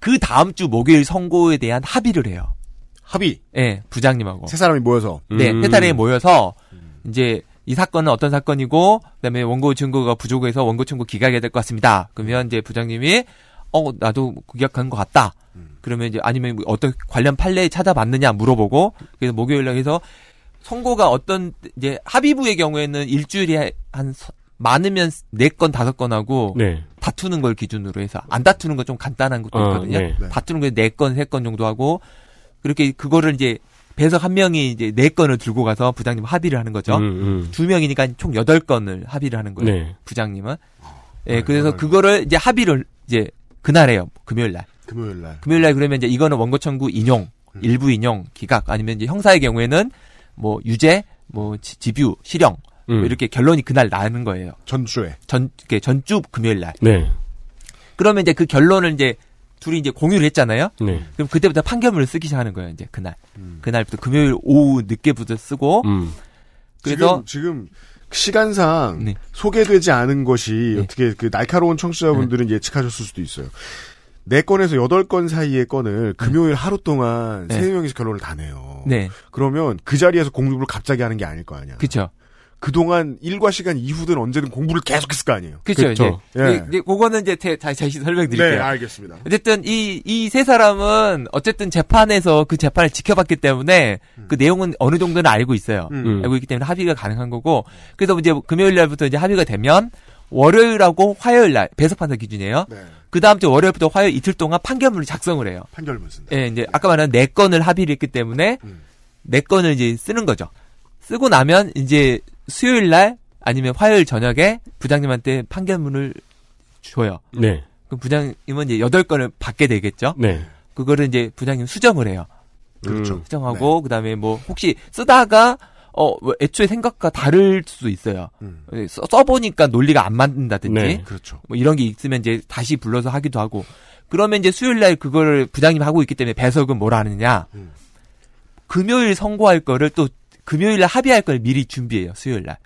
그 다음 주 목요일 선고에 대한 합의를 해요.
합의.
예, 부장님하고.
세 사람이 모여서.
네,
음.
세 사람이 모여서 이제 이 사건은 어떤 사건이고 그다음에 원고 증거가 부족해서 원고 청구 기각해야 될 것 같습니다. 그러면 이제 부장님이 어 나도 기각한 것 같다. 그러면 이제 아니면 뭐 어떤 관련 판례 찾아봤느냐 물어보고 그래서 목요일 날 해서 선고가 어떤 이제 합의부의 경우에는 일주일에 한 서- 많으면 네 건 다섯 건 하고
네.
다투는 걸 기준으로 해서 안 다투는 건 좀 간단한 것도
어,
있거든요.
네.
다투는 거네 건, 세 건 정도 하고 그렇게 그거를 이제 배석 한 명이 이제 네 건을 들고 가서 부장님 합의를 하는 거죠.
음, 음.
두 명이니까 총 여덟 건을 합의를 하는 거예요.
네.
부장님은. 예, 그래서 그거를 이제 합의를 이제 그날 해요. 금요일 날.
금요일 날.
금요일 날 그러면 이제 이거는 원고 청구 인용, 일부 인용, 기각 아니면 이제 형사의 경우에는 뭐 유죄, 뭐 지- 집유, 실형 뭐
음.
이렇게 결론이 그날 나는 거예요.
전주에.
전 이렇게 전주 금요일 날.
네.
그러면 이제 그 결론을 이제 둘이 이제 공유를 했잖아요.
네.
그럼 그때부터 판결문을 쓰기 시작하는 거예요. 이제 그날. 그날부터 금요일 오후 늦게부터 쓰고.
음.
그래서 네.
지금, 지금 시간상 소개되지 않은 것이 어떻게 그 날카로운 청취자분들은
네.
예측하셨을 수도 있어요. 네 건에서 여덟 건 사이의 건을 금요일 하루 동안
네.
세 명이서 결론을 다 내요.
네.
그러면 그 자리에서 공부를 갑자기 하는 게 아닐 거 아니야.
그렇죠.
그동안 일과 시간 이후든 언제든 공부를 계속했을 거 아니에요.
그렇죠. 이제,
예.
이- 이제 그거는 이제 대- 다시 다시 설명드릴게요.
네, 알겠습니다.
어쨌든 이 이 세 사람은 어쨌든 재판에서 그 재판을 지켜봤기 때문에 그 내용은 어느 정도는 알고 있어요.
음.
알고 있기 때문에 합의가 가능한 거고 그래서 이제 금요일 날부터 이제 합의가 되면 월요일하고 화요일 날 배석 판사
네.
기준이에요. 그 다음 주 월요일부터 화요일 이틀 동안 판결문을 작성을 해요.
판결문 쓴.
예, 이제 아까 말한 네 건을 합의를 했기 때문에 네 건을 이제 쓰는 거죠. 쓰고 나면 이제 수요일 날 아니면 화요일 저녁에 부장님한테 판결문을 줘요.
네.
그럼 부장님은 이제 여덟 건을 받게 되겠죠.
네.
그거를 이제 부장님 수정을 해요.
음,
그렇죠.
수정하고 그다음에 뭐 혹시 쓰다가 어뭐 애초에 생각과 다를 수도 있어요.
네, 음.
써, 써보니까 논리가 안 맞는다든지
네, 그렇죠.
뭐 이런 게 있으면 이제 다시 불러서 하기도 하고 그러면 이제 수요일 날 그거를 부장님 하고 있기 때문에 배석은 뭘 하느냐 금요일 선고할 거를 또 금요일 날 합의할 걸 미리 준비해요 수요일 날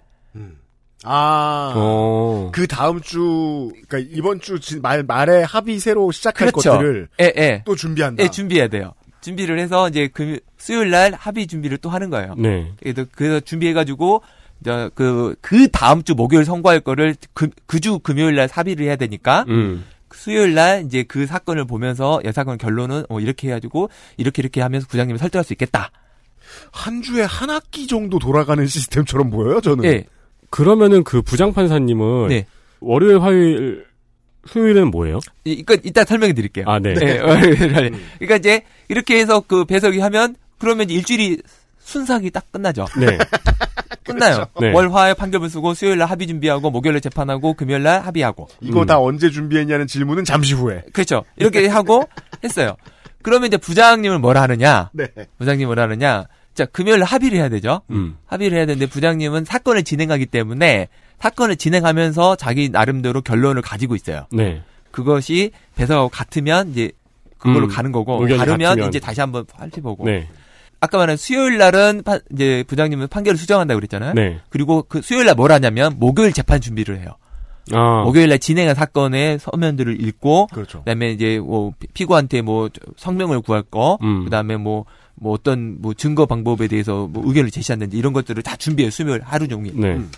아.
어.
그 다음 주, 그러니까 이번 주 지- 말, 말에 합의 새로 시작할
그렇죠.
것들을
예, 예.
또 준비한다.
예, 준비해야 돼요. 준비를 해서 이제 금 수요일 날 합의 준비를 또 하는 거예요.
네.
그래서, 그래서 준비해가지고 이제 그, 그 다음 주 목요일 선고할 거를 그, 그주 금요일 날 합의를 해야 되니까
음.
수요일 날 이제 그 사건을 보면서 이 사건 결론은 어, 이렇게 해가지고 이렇게 이렇게 하면서 부장님을 설득할 수 있겠다.
한 주에 한 학기 정도 돌아가는 시스템처럼 보여요, 저는.
예.
그러면은 그 부장 판사님은
네.
월요일, 화요일, 수요일은 뭐예요?
이- 이거 이따 설명해 드릴게요.
아, 네.
네, 월요일 날. 그러니까 이제 이렇게 해서 그 배석이 하면 그러면 이제 일주일이 순삭이 딱 끝나죠.
네.
끝나요.
네.
월화에 판결문 쓰고 수요일 날 합의 준비하고 목요일 날 재판하고 금요일 날 합의하고.
이거 다 언제 준비했냐는 질문은 잠시 후에.
그렇죠. 이렇게 하고 했어요. 그러면 이제 부장님을 뭐라 하느냐?
네.
부장님 뭐라 하느냐? 자, 금요일 날 합의를 해야 되죠.
음.
합의를 해야 되는데 부장님은 사건을 진행하기 때문에 사건을 진행하면서 자기 나름대로 결론을 가지고 있어요.
네.
그것이 배석하고 같으면 이제 그걸로
음,
가는 거고
의견이
다르면
같으면.
이제 다시 한번 살펴보고
네.
아까 말한 수요일 날은 파- 이제 부장님은 판결을 수정한다고 그랬잖아요.
네.
그리고 그 수요일 날 뭘 하냐면 목요일 재판 준비를 해요.
아.
목요일 날 진행한 사건의 서면들을 읽고
그렇죠.
그다음에 이제 뭐 피- 피고한테 뭐 성명을 구할 거
음.
그다음에 뭐 뭐 어떤 뭐 증거 방법에 대해서 뭐 의견을 제시한다든지 이런 것들을 다 준비해요. 수요일 하루 종일.
네.
음.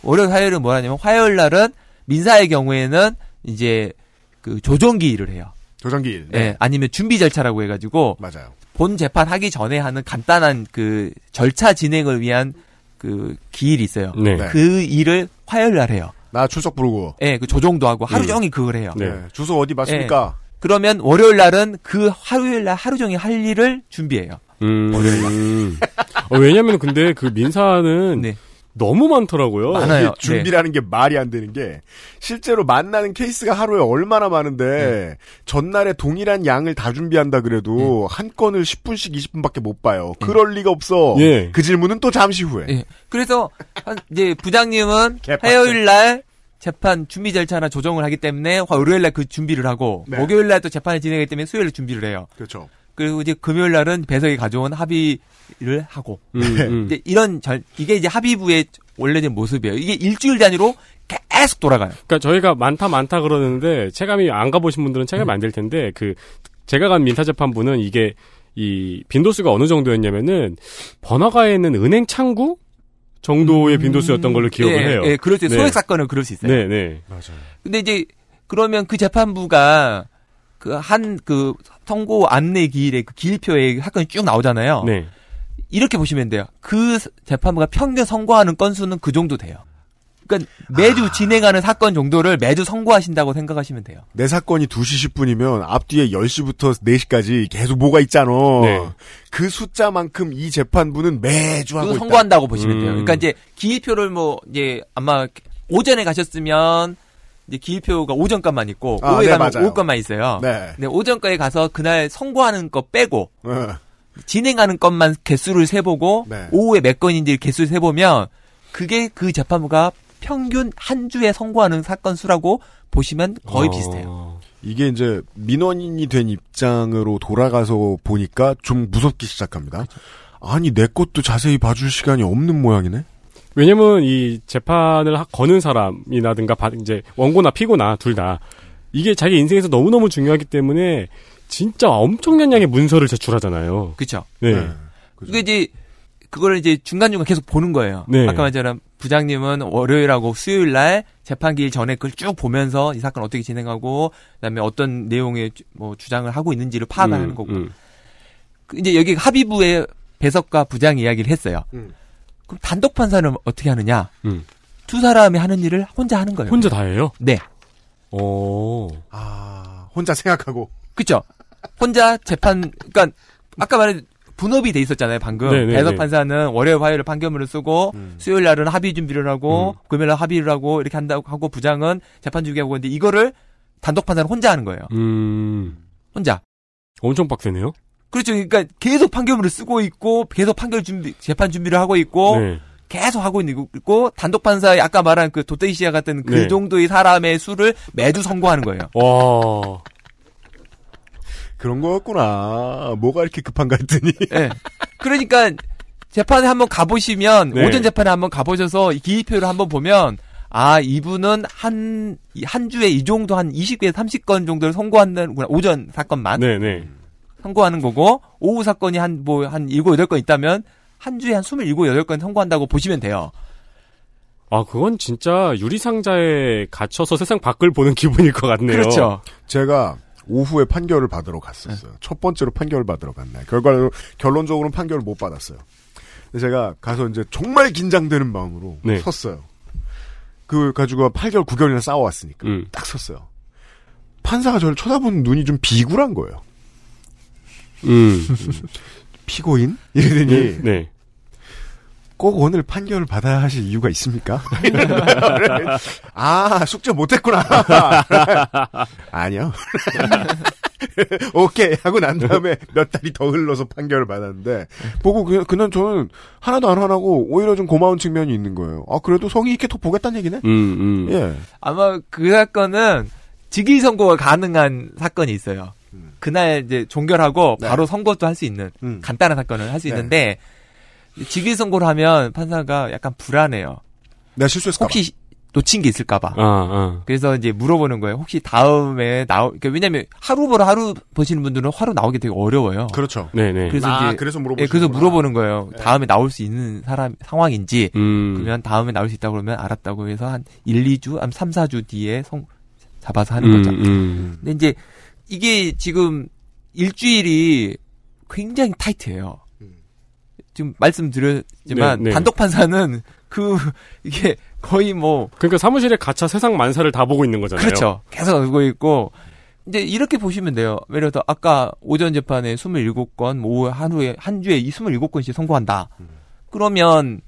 월요일 화요일은 뭐 하냐면 화요일 날은 민사의 경우에는 이제 그 조정기 일을 해요.
조정기 일.
예, 아니면 준비 절차라고 해가지고
맞아요.
본 재판 하기 전에 하는 간단한 그 절차 진행을 위한 그 기일이 있어요.
네.
그 일을 화요일 날 해요.
나 출석 부르고.
예, 그 조정도 하고 하루
음.
종일 그걸 해요.
네. 주소 어디 맞습니까?
예. 그러면 월요일 날은 그 화요일 날 하루 종일 할 일을 준비해요.
음. 어, 왜냐면 근데 그 민사는
네.
너무 많더라고요.
이게 준비라는 게 말이 안 되는 게 실제로 만나는 케이스가 하루에 얼마나 많은데
예.
전날에 동일한 양을 다 준비한다 그래도 한 건을 10분씩 20분밖에 못 봐요. 그럴 리가 없어.
예.
그 질문은 또 잠시 후에.
네.
예. 그래서 한- 이제 부장님은 화요일 날 재판 준비 절차나 조정을 하기 때문에 월요일 날 그 준비를 하고
네.
목요일 날 또 재판을 진행하기 때문에 수요일 에 준비를 해요.
그렇죠.
그리고 이제 금요일 날은 배석이 가져온 합의를 하고
음, 음.
이제 이런 절 이게 이제 합의부의 원래된 모습이에요. 이게 일주일 단위로 계속 돌아가요.
그러니까 저희가 많다 많다 그러는데 체감이 안 가보신 분들은
음.
체감이 안 될 텐데 그 제가 간 민사재판부는 이게 이 빈도수가 어느 정도였냐면은 번화가에 있는 은행 창구 정도의 빈도수였던 걸로 기억을
음. 예,
해요.
예, 그럴 수 있어요. 소액 사건은 그럴 수 있어요.
네, 네.
맞아요.
근데 이제 그러면 그 재판부가 그 한 그 선고 안내 기일의 그 기일표에 사건이 쭉 나오잖아요.
네.
이렇게 보시면 돼요. 그 재판부가 평균 선고하는 건수는 그 정도 돼요. 그러니까 매주
아.
진행하는 사건 정도를 매주 선고하신다고 생각하시면 돼요.
내 사건이 2시 10분이면 앞뒤에 10시부터 4시까지 계속 뭐가 있잖아.
네.
그 숫자만큼 이 재판부는 매주 하고 있다.
그거
음.
선고한다고 보시면 돼요. 그러니까 이제 기일표를 뭐 이제 아마 오전에 가셨으면 이제 기일표가 오전까만 있고
아,
오후에
네,
가면
맞아요.
오후까만 있어요.
네.
근데 오전까지 가서 그날 선고하는 거 빼고
예.
진행하는 것만 개수를 세보고
네.
오후에 몇 건인지 개수를 세보면 그게 그 재판부가 평균 한 주에 선고하는 사건 수라고 보시면 거의
어.
비슷해요.
이게 이제 민원인이 된 입장으로 돌아가서 보니까 좀 무섭기 시작합니다. 아니 내 것도 자세히 봐줄 시간이 없는 모양이네.
왜냐면 이 재판을 하- 거는 사람이라든가 바- 이제 원고나 피고나 둘 다 이게 자기 인생에서 너무너무 중요하기 때문에 진짜 엄청난 양의 문서를 제출하잖아요.
그렇죠.
네.
그게 이제 그걸 이제 중간중간 계속 보는 거예요.
네.
아까 말처럼 부장님은 월요일하고 수요일 날 재판기일 전에 그걸 쭉 보면서 이 사건 어떻게 진행하고 그다음에 어떤 내용의 주- 뭐 주장을 하고 있는지를 파악하는
음,
거고.
음.
그 이제 여기 합의부의 배석과 부장 이야기를 했어요.
음.
그럼 단독 판사는 어떻게 하느냐?
음.
두 사람이 하는 일을 혼자 하는 거예요.
혼자 다 해요?
네.
오.
아, 혼자 생각하고.
그쵸. 혼자 재판, 그니까, 아까 말해, 분업이 돼 있었잖아요, 방금.
네, 네, 네.
배석
음.
판사는 월요일, 화요일에 판결문을 쓰고, 수요일 날은 합의 준비를 하고, 금요일 날 합의를 하고, 이렇게 한다고 하고, 부장은 재판 주기하고, 근데 이거를 단독 판사는 혼자 하는 거예요.
음.
혼자.
엄청 빡세네요.
그렇죠. 그러니까 계속 판결문을 쓰고 있고, 계속 판결 준비, 재판 준비를 하고 있고,
네.
계속 하고 있는 거고, 단독 판사의 아까 말한 그 도떼이 시아 같은 그
네.
정도의 사람의 수를 매주 선고하는 거예요.
와.
그런 거였구나. 뭐가 이렇게 급한가 했더니.
그러니까 재판에 한번 가보시면
네.
오전 재판에 한번 가보셔서 이 기일표를 한번 보면 아 이분은 한 한 주에 이 정도 한 20개 30건 정도를 선고한다는구나 오전 사건만
네.
선고하는 거고 오후 사건이 한 뭐 한 일곱 여덟 건 있다면 한 주에 한 스물일곱 여덟 건 선고한다고 보시면 돼요.
아, 그건 진짜 유리상자에 갇혀서 세상 밖을 보는 기분일 것 같네요.
그렇죠.
제가 오후에 판결을 받으러 갔었어요. 첫 번째로 판결을 받으러 간 날. 결과로 결론적으로는 판결을 못 받았어요. 근데 제가 가서 이제 정말 긴장되는 마음으로
네.
섰어요. 그 가지고 8개월 9개월이나 싸워왔으니까
음,
딱 섰어요. 판사가 저를 쳐다보는 눈이 좀 비굴한 거예요.
음.
피고인 네. 이러더니
네.
꼭 오늘 판결을 받아야 하실 이유가 있습니까? 아 숙제 못했구나. 아니요. 오케이 하고 난 다음에 몇 달이 더 흘러서 판결을 받았는데 보고 그냥 그날 저는 하나도 안 화나고 오히려 좀 고마운 측면이 있는 거예요. 아 그래도 성의 있게 또 보겠다는
음.
얘기네.
음,
예.
아마 그 사건은 직위 선고가 가능한 사건이 있어요.
음.
그날 이제 종결하고 바로 선고도 할 수 있는 간단한 사건을 할 수
네.
있는데 직위 선고를 하면 판사가 약간 불안해요.
내가 실수했을까?
혹시 놓친 게 있을까봐.
어.
아, 아.
그래서 이제 물어보는 거예요. 혹시 다음에 나오, 그러니까 왜냐면 하루 벌어 하루 보시는 분들은 하루 나오기 되게 어려워요.
그렇죠.
네네.
그래서
아,
이제
그래서
예,
물어보시는구나. 네.
그래서 물어보는 거예요. 다음에 나올 수 있는 사람 상황인지 그러면 다음에 나올 수 있다 고 그러면 알았다고 해서 한 1, 2주, 한 3, 4주 뒤에 성 잡아서 하는
음,
거죠.
음.
근데 이제 이게 지금 일주일이 굉장히 타이트해요. 지금 말씀드렸지만
네, 네.
단독 판사는 그 이게 거의 뭐
그러니까 사무실에 갇혀 세상 만사를 다 보고 있는 거잖아요.
그렇죠. 계속 울고 있고. 이제 이렇게 보시면 돼요. 예를 들어 아까 오전 재판에 27건, 오후 하루에 한 주에 이 27건씩 선고한다. 그러면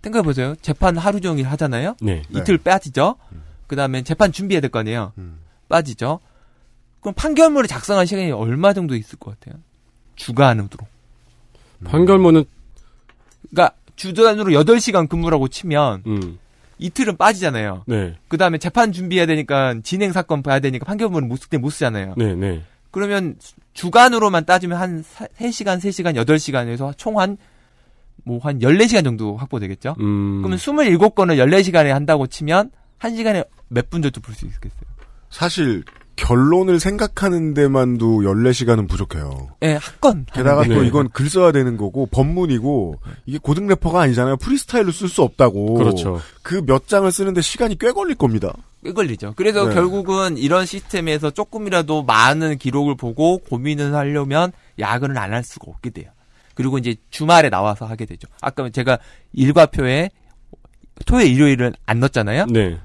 생각해 보세요. 재판 하루 종일 하잖아요.
네.
이틀 빠지죠. 그다음에 재판 준비해야 될 거 아니에요. 빠지죠. 그럼 판결문을 작성할 시간이 얼마 정도 있을 것 같아요? 주간으로.
판결문은
그러니까 주간으로 8시간 근무라고 치면
음.
이틀은 빠지잖아요.
네.
그다음에 재판 준비해야 되니까 진행 사건 봐야 되니까 판결문을 못, 그때 못 쓰잖아요.
네, 네.
그러면 주간으로만 따지면 한 사- 3시간, 3시간, 8시간에서 총 한 뭐 한 14시간 정도 확보되겠죠?
음.
그러면 27건을 14시간에 한다고 치면 1시간에 몇 분 정도 볼 수 있겠어요?
사실 결론을 생각하는 데만도 14시간은 부족해요.
예, 학건.
게다가 또
네.
이건 글 써야 되는 거고 법문이고 이게 고등 래퍼가 아니잖아요. 프리스타일로 쓸 수 없다고.
그렇죠.
그 몇 장을 쓰는데 시간이 꽤 걸릴 겁니다.
꽤 걸리죠. 그래서
네.
결국은 이런 시스템에서 조금이라도 많은 기록을 보고 고민을 하려면 야근을 안 할 수가 없게 돼요. 그리고 이제 주말에 나와서 하게 되죠. 아까 제가 일과표에 토요일, 일요일은 안 넣었잖아요.
네.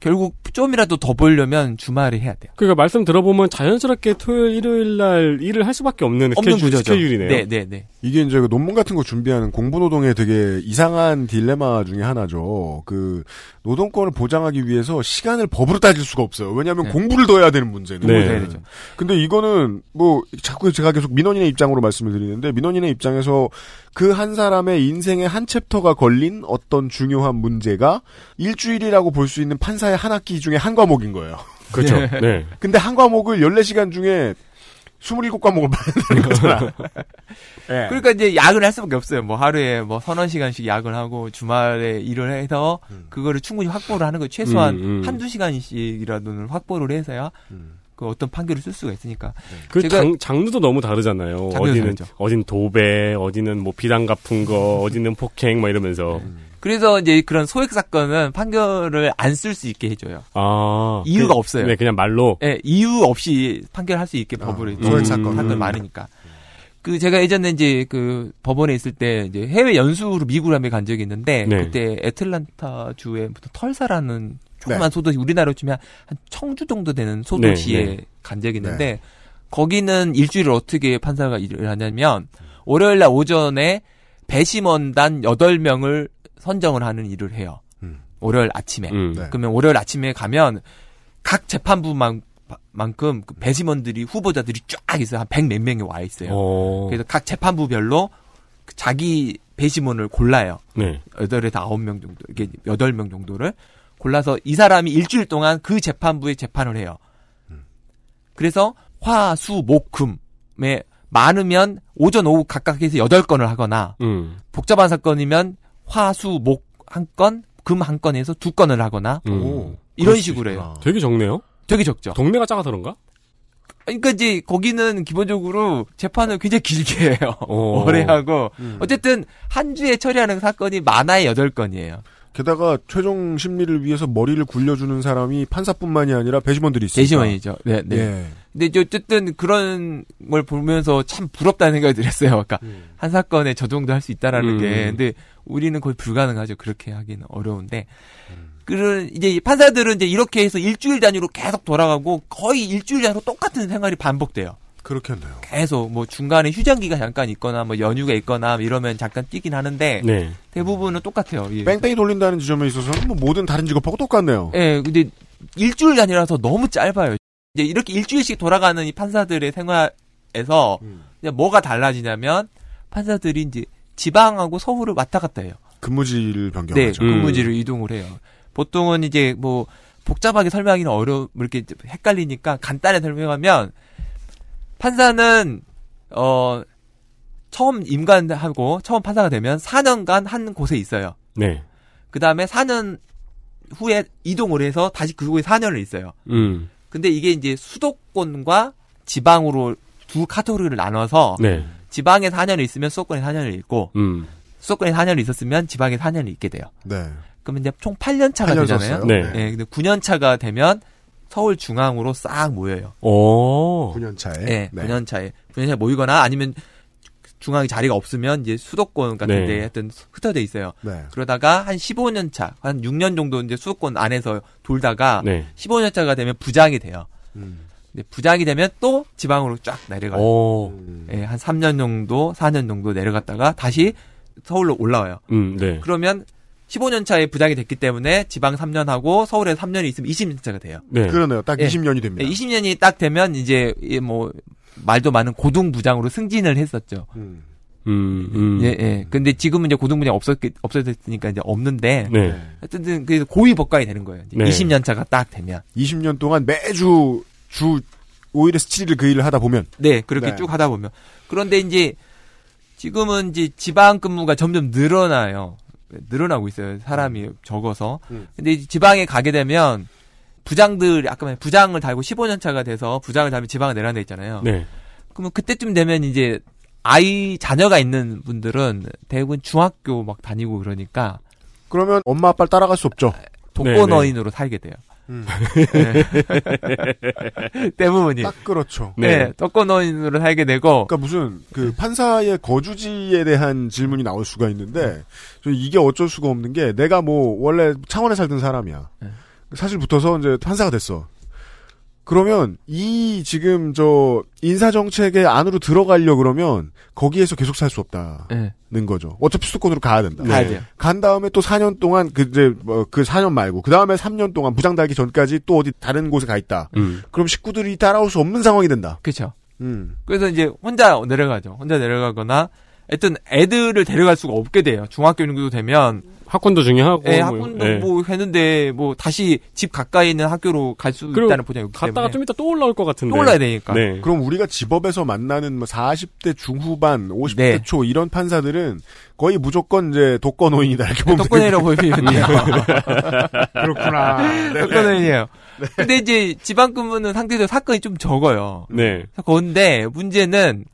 결국 좀이라도 더 보려면 주말에 해야 돼요.
그러니까 말씀 들어보면 자연스럽게 토요일, 일요일 날 일을 할 수밖에 없는,
없는
스케줄,
구조죠.
스케줄이네요.
네, 네, 네.
이게 이제 그 논문 같은 거 준비하는 공부 노동의 되게 이상한 딜레마 중에 하나죠. 그 노동권을 보장하기 위해서 시간을 법으로 따질 수가 없어요.
네.
왜냐하면 공부를 더 해야 되는 문제는. 네.
공부를 더 해야 되죠.
근데 이거는 뭐 자꾸 제가 계속 민원인의 입장으로 말씀을 드리는데 민원인의 입장에서 그 한 사람의 인생의 한 챕터가 걸린 어떤 중요한 문제가 일주일이라고 볼 수 있는 판사의 한 학기 중에 한 과목인 거예요.
그렇죠. 네.
근데 한 과목을 14시간 중에 27과목을 봐야 되는 거잖아. 예.
그러니까 이제 야근을 할 수밖에 없어요. 뭐 하루에 뭐 서너 시간씩 야근하고 주말에 일을 해서 그거를 충분히 확보를 하는 거예요. 최소한
음, 음.
한두 시간씩이라도는 확보를 해서야 그 어떤 판결을 쓸 수가 있으니까.
그
제가
장, 장르도 너무 다르잖아요.
장르도
어디는
다르죠.
어딘 도배, 어디는 뭐 비단 갚은 거, 어디는 폭행 막 이러면서.
네. 그래서 이제 그런 소액 사건은 판결을 안 쓸 수 있게 해줘요.
아
이유가
그-
없어요.
네, 그냥 말로.
예, 이유 없이 판결할 수
아,
있게 법으로 이제
소액 사건.
사건 많으니까.
음.
그 제가 예전에 이제 그 법원에 있을 때 이제 해외 연수로 미국을 한번 간 적이 있는데
네.
그때 애틀란타 주에 무슨 털사라는 조그만
네.
소도시 우리나라로 치면 한 청주 정도 되는 소도시에
네, 네.
간 적이 있는데 거기는 일주일을 어떻게 판사가 일을 하냐면 월요일 날 오전에 배심원단 8명을 선정을 하는 일을 해요.
음.
월요일 아침에.
네.
그러면 월요일 아침에 가면 각 재판부만 만큼 그 배심원들이 후보자들이 쫙 있어요. 한 100 몇 명이 와 있어요.
어.
그래서 각 재판부별로 그 자기 배심원을 골라요.
네.
여덟에서 아홉 명 정도, 이게 여덟 명 정도를 골라서 이 사람이 일주일 동안 그 재판부에 재판을 해요. 그래서 화, 수, 목, 금에 많으면 오전 오후 각각 해서 8건을 하거나
음.
복잡한 사건이면 화, 수, 목 한 건, 금 한 건에서 두 건을 하거나
음.
이런 식으로 해요.
되게 적네요.
되게 적죠.
동네가 작아서 그런가?
그러니까 이제 거기는 기본적으로 재판을 굉장히 길게 해요. 오래 하고
음.
어쨌든 한 주에 처리하는 사건이 많아야 8건이에요.
게다가 최종 심리를 위해서 머리를 굴려주는 사람이 판사뿐만이 아니라 배심원들이 있습니다.
배심원이죠. 네, 네.
예.
근데 이제 어쨌든 그런 걸 보면서 참 부럽다는 생각이 들었어요. 아까 한 사건에 저 정도 할 수 있다라는
음.
게. 근데 우리는 거의 불가능하죠. 그렇게 하기는 어려운데. 그런 이제 이 판사들은 이제 이렇게 해서 일주일 단위로 계속 돌아가고 거의 일주일 단위로 똑같은 생활이 반복돼요.
그렇겠네요.
계속 뭐 중간에 휴장기가 잠깐 있거나 뭐 연휴가 있거나 이러면 잠깐 뛰긴 하는데
네.
대부분은 똑같아요. 예.
뺑뺑이 돌린다는 지점에 있어서는 뭐 모든 다른 직업하고 똑같네요.
예, 근데 일주일 단위라서 너무 짧아요. 이제 이렇게 일주일씩 돌아가는 이 판사들의 생활에서
음.
이제 뭐가 달라지냐면 판사들이 이제 지방하고 서울을 왔다 갔다 해요.
근무지를
네,
변경하죠.
근무지를 이동을 해요. 보통은 이제 뭐 복잡하게 설명하기는 어려 이렇게 헷갈리니까 간단히 설명하면 판사는 어 처음 임관하고 처음 판사가 되면 4년간 한 곳에 있어요.
네.
그 다음에 4년 후에 이동을 해서 다시 그곳에 4년을 있어요.
음.
근데 이게 이제 수도권과 지방으로 두 카테고리를 나눠서
네.
지방에 4년을 있으면 수도권에 4년을 있고
음.
수도권에 4년을 있었으면 지방에 4년을 있게 돼요.
네.
그러면 이제 총 8년 차가
8년
되잖아요.
썼어요? 네.
예, 근데 9년 차가 되면 서울 중앙으로 싹 모여요.
오.
9년 차에.
예, 9년 차에 9년 차에 모이거나 아니면 중앙에 자리가 없으면 이제 수도권 같은
네.
데 하여튼 흩어져 있어요.
네.
그러다가 한 15년 차, 한 6년 정도 이제 수도권 안에서 돌다가
네.
15년 차가 되면 부장이 돼요. 근데 부장이 되면 또 지방으로 쫙 내려가요.
오.
예, 한 3년 정도, 4년 정도 내려갔다가 다시 서울로 올라와요.
음, 네.
그러면 15년 차에 부장이 됐기 때문에 지방 3년하고 서울에 3년이 있으면 20년 차가 돼요.
네.
그러네요. 딱 20년이 됩니다.
예. 20년이 딱 되면 이제 이뭐 말도 많은 고등 부장으로 승진을 했었죠.
음. 음.
예, 예. 근데 지금은 이제 고등 부장 없었 없어졌으니까 이제 없는데
네.
어쨌든 그래서 고위 법관이 되는 거예요.
네.
20년 차가 딱 되면.
20년 동안 매주 주 5일에서 7일 그 일을 하다 보면
네, 그렇게
네.
쭉 하다 보면. 그런데 이제 지금은 이제 지방 근무가 점점 늘어나요. 늘어나고 있어요. 사람이 적어서.
음.
근데 이제 지방에 가게 되면 부장들 아까 말한 부장을 달고 15년 차가 돼서 부장을 달면 지방을 내려앉아 있잖아요.
네.
그러면 그때쯤 되면 이제 아이 자녀가 있는 분들은 대부분 중학교 막 다니고 그러니까
그러면 엄마 아빠를 따라갈 수 없죠.
독거노인으로 살게 돼요.
네, 음.
네. 대부분이
딱 그렇죠.
네, 독거노인으로 살게 되고
그러니까 무슨 그
네.
판사의 거주지에 대한 질문이 나올 수가
네.
있는데 저 이게 어쩔 수가 없는 게 내가 뭐 원래 창원에 살던 사람이야.
네.
사실 붙어서 이제 판사가 됐어. 그러면 이 지금 저 인사 정책의 안으로 들어가려 그러면 거기에서 계속 살 수 없다는
네.
거죠. 어차피 수도권으로 가야 된다.
가야 돼요.
간 다음에 또 4년 동안 그 이제 뭐그 4년 말고 그 다음에 3년 동안 부장 달기 전까지 또 어디 다른 곳에 가 있다.
음.
그럼 식구들이 따라올 수 없는 상황이 된다.
그렇죠.
음.
그래서 이제 혼자 내려가죠. 혼자 내려가거나 하여튼 애들을 데려갈 수가 없게 돼요. 중학교 정도 되면
학군도 중요하고.
예,
뭐,
학군도
예.
뭐 했는데 뭐 다시 집 가까이 있는 학교로 갈 수
그리고
있다는 보장이 없기
갔다가
때문에
좀 이따 또 올라올 것 같은데.
또 올라야 되니까.
네.
그럼 우리가 집업에서 만나는 뭐 40대 중후반, 50대
네.
초 이런 판사들은 거의 무조건 이제 독거노인이다 이렇게 보면
네, 독거노인이라고
되겠네요.
보이면 돼요.
그렇구나. 네.
독거노인이에요. 근데 이제 지방 근무는 상대적으로 사건이 좀 적어요.
네.
그런데 문제는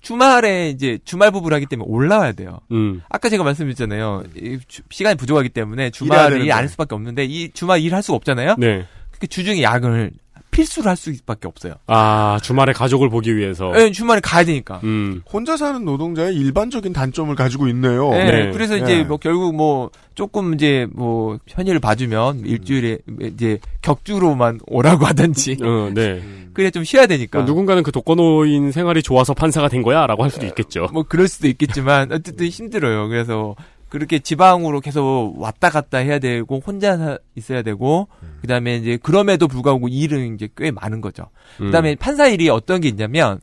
주말에 이제 주말 부부를 하기 때문에 올라와야 돼요.
음.
아까 제가 말씀드렸잖아요. 이 주- 시간이 부족하기 때문에
일해야
주말을
되는데.
일 안 할 수밖에 없는데 이 주말 일할 수가 없잖아요.
네.
그러니까 주중에 야근을 필수로 할 수밖에 없어요.
아, 주말에 가족을 보기 위해서.
예, 주말에 가야 되니까.
어. 음.
혼자 사는 노동자의 일반적인 단점을 가지고 있네요.
예,
네.
그래서 이제
예.
뭐 결국 뭐 조금 이제 뭐 편의를 봐주면 일주일에 이제 격주로만 오라고 하든지
어, 네.
그래 좀 쉬어야 되니까
그러니까 누군가는 그 독거노인 생활이 좋아서 판사가 된 거야라고 할 수도 있겠죠.
뭐 그럴 수도 있겠지만 어쨌든 힘들어요. 그래서 그렇게 지방으로 계속 왔다 갔다 해야 되고 혼자 사- 있어야 되고 그다음에 이제 그럼에도 불구하고 일은 이제 꽤 많은 거죠. 그다음에 판사 일이 어떤 게 있냐면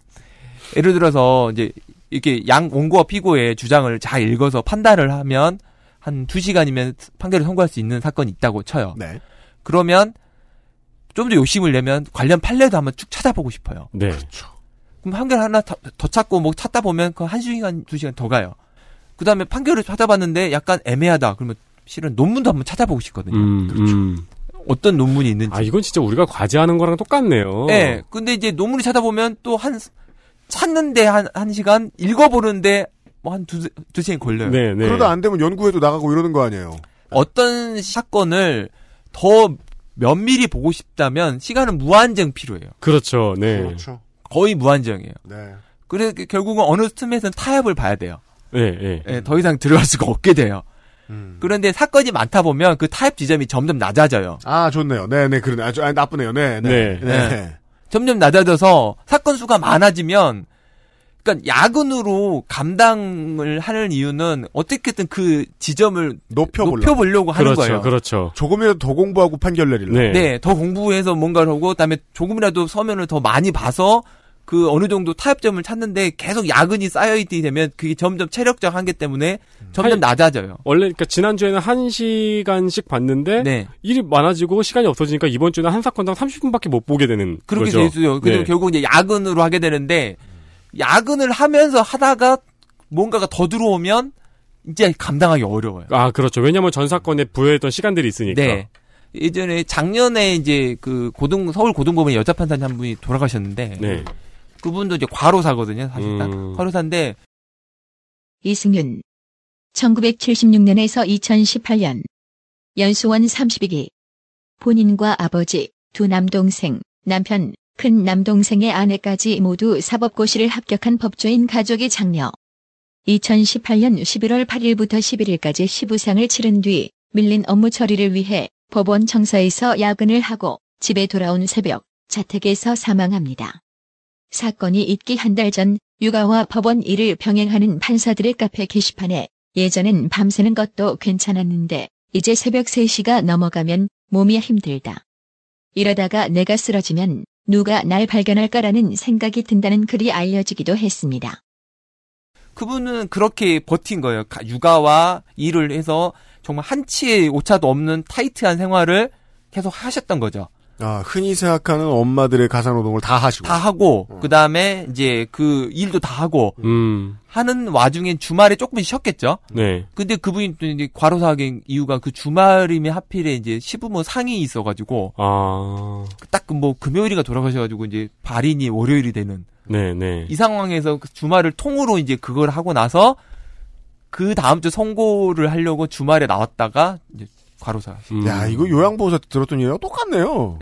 예를 들어서 이제 이렇게 양 원고와 피고의 주장을 잘 읽어서 판단을 하면 한 두시간이면 판결을 선고할 수 있는 사건이 있다고 쳐요.
네.
그러면 좀 더 욕심을 내면 관련 판례도 한번 쭉 찾아보고 싶어요.
네.
그렇죠.
그럼 판결 하나 더, 더 찾고 뭐 찾다 보면 그 한 시간 두 시간 더 가요. 그 다음에 판결을 찾아봤는데 약간 애매하다. 그러면 실은 논문도 한번 찾아보고 싶거든요.
그렇죠.
어떤 논문이 있는지.
아, 이건 진짜 우리가 과제하는 거랑 똑같네요.
네. 근데 이제 논문을 찾아보면 또 한, 찾는데 한, 한 시간, 읽어보는데 뭐 한 두, 두 시간 걸려요.
네.
그러다 안 되면 연구회도 나가고 이러는 거 아니에요.
어떤 사건을 더 면밀히 보고 싶다면 시간은 무한정 필요해요.
그렇죠. 네.
음.
그렇죠.
거의 무한정이에요.
네.
그래 결국은 어느 틈에서는 타협을 봐야 돼요.
네, 네.
예, 더 이상 들어갈 수가 없게 돼요. 그런데 사건이 많다 보면 그 타협 지점이 점점 낮아져요.
아, 좋네요. 네, 네, 그러네. 아주 아, 나쁘네요. 네, 네. 네.
점점 낮아져서 사건 수가 많아지면 그러니까 야근으로 감당을 하는 이유는 어떻게든 그 지점을
높여보려고,
높여보려고 하는 거예요.
그렇죠.
조금이라도 더 공부하고 판결 내리려.
네. 더 공부해서 뭔가를 하고 그다음에 조금이라도 서면을 더 많이 봐서 그 어느 정도 타협점을 찾는데 계속 야근이 쌓여 있게 되면 그게 점점 체력적 한계 때문에 점점 낮아져요.
원래 그러니까 지난주에는 한시간씩 봤는데
네.
일이 많아지고 시간이 없어지니까 이번 주는 한 사건당 30분밖에 못 보게 되는
그렇게
거죠.
될 수요. 그리고
네.
결국 이제 야근으로 하게 되는데 야근을 하면서 하다가 뭔가가 더 들어오면 이제 감당하기 어려워요.
아, 그렇죠. 왜냐면 하전 사건에 부여했던 시간들이 있으니까.
네. 예전에 작년에 이제 그 고등 서울 고등법원 여자 판사님 한 분이 돌아가셨는데
네.
그분도 이제 과로사거든요, 사실상.
음.
과로사인데
이승윤. 1976년에서 2018년. 연수원 32기. 본인과 아버지, 두 남동생, 남편, 큰 남동생의 아내까지 모두 사법고시를 합격한 법조인 가족이 장려. 2018년 11월 8일부터 11일까지 시부상을 치른 뒤 밀린 업무 처리를 위해 법원 청사에서 야근을 하고 집에 돌아온 새벽 자택에서 사망합니다. 사건이 있기 한 달 전 육아와 법원 일을 병행하는 판사들의 카페 게시판에 예전엔 밤새는 것도 괜찮았는데 이제 새벽 3시가 넘어가면 몸이 힘들다. 이러다가 내가 쓰러지면 누가 날 발견할까라는 생각이 든다는 글이 알려지기도 했습니다.
그분은 그렇게 버틴 거예요. 가- 육아와 일을 해서 정말 한치의 오차도 없는 타이트한 생활을 계속 하셨던 거죠.
아, 흔히 생각하는 엄마들의 가사노동을 다 하시고.
다 하고 그 다음에 이제 그 일도 다 하고
음.
하는 와중에 주말에 조금 쉬었겠죠.
네.
근데 그분이 또 이제 과로사학인 이유가 그 주말이면 하필에 이제 시부모 상이 있어가지고
아.
딱 그 뭐 금요일이가 돌아가셔가지고 이제 발인이 월요일이 되는
네, 네.
이 상황에서 그 주말을 통으로 이제 그걸 하고 나서 그 다음 주 선고를 하려고 주말에 나왔다가 이제 과로사.
음.
야, 이거 요양보호사 때 들었던 얘기랑 똑같네요.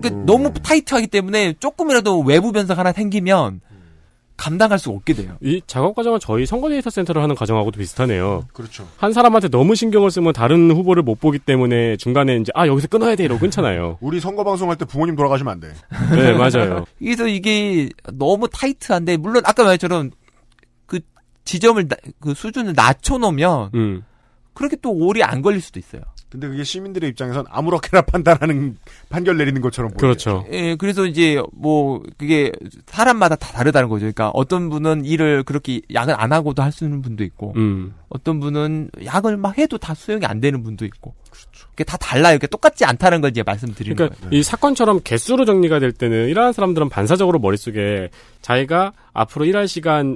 그러니까 너무 타이트하기 때문에 조금이라도 외부 변수가 하나 생기면 감당할 수 없게 돼요.
이 작업 과정은 저희 선거 데이터 센터를 하는 과정하고도 비슷하네요.
그렇죠.
한 사람한테 너무 신경을 쓰면 다른 후보를 못 보기 때문에 중간에 이제 아 여기서 끊어야 돼 이러고 끊잖아요.
우리 선거 방송할 때 부모님 돌아가시면 안 돼.
네 맞아요.
그래서 이게 너무 타이트한데 물론 아까 말처럼 그 지점을 나- 그 수준을 낮춰놓으면
음.
그렇게 또 오래 안 걸릴 수도 있어요.
근데 그게 시민들의 입장에선 아무렇게나 판단하는 판결 내리는 것처럼 보여요.
그렇죠.
예, 그래서 이제 뭐 그게 사람마다 다 다르다는 거죠. 그러니까 어떤 분은 일을 그렇게 야근 안 하고도 할 수 있는 분도 있고,
음.
어떤 분은 야근을 막 해도 다 수용이 안 되는 분도 있고. 그렇죠. 게다 달라요. 그러니까 똑같지 않다는 걸 이제 말씀드리는
그러니까
거예요.
이 사건처럼 개수로 정리가 될 때는 이러한 사람들은 반사적으로 머릿속에 자기가 앞으로 일할 시간에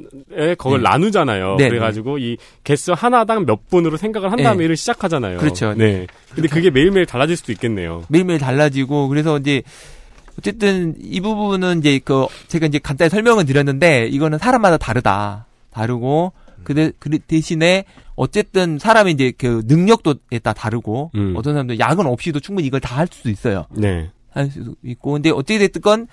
그걸
네.
나누잖아요.
네,
그래가지고 이 개수 하나당 몇 분으로 생각을 한 다음에
네.
일을 시작하잖아요.
그렇죠.
네. 근데 그게 매일매일 달라질 수도 있겠네요.
매일매일 달라지고 그래서 이제 어쨌든 이 부분은 이제 그 제가 이제 간단히 설명을 드렸는데 이거는 사람마다 다르다 다르고
음.
그 대신에 어쨌든 사람이 이제 그 능력도에 따라 다르고
음.
어떤 사람도 야근 없이도 충분히 이걸 다 할 수도 있어요.
네.
할 수도 있고 근데 어떻게 됐든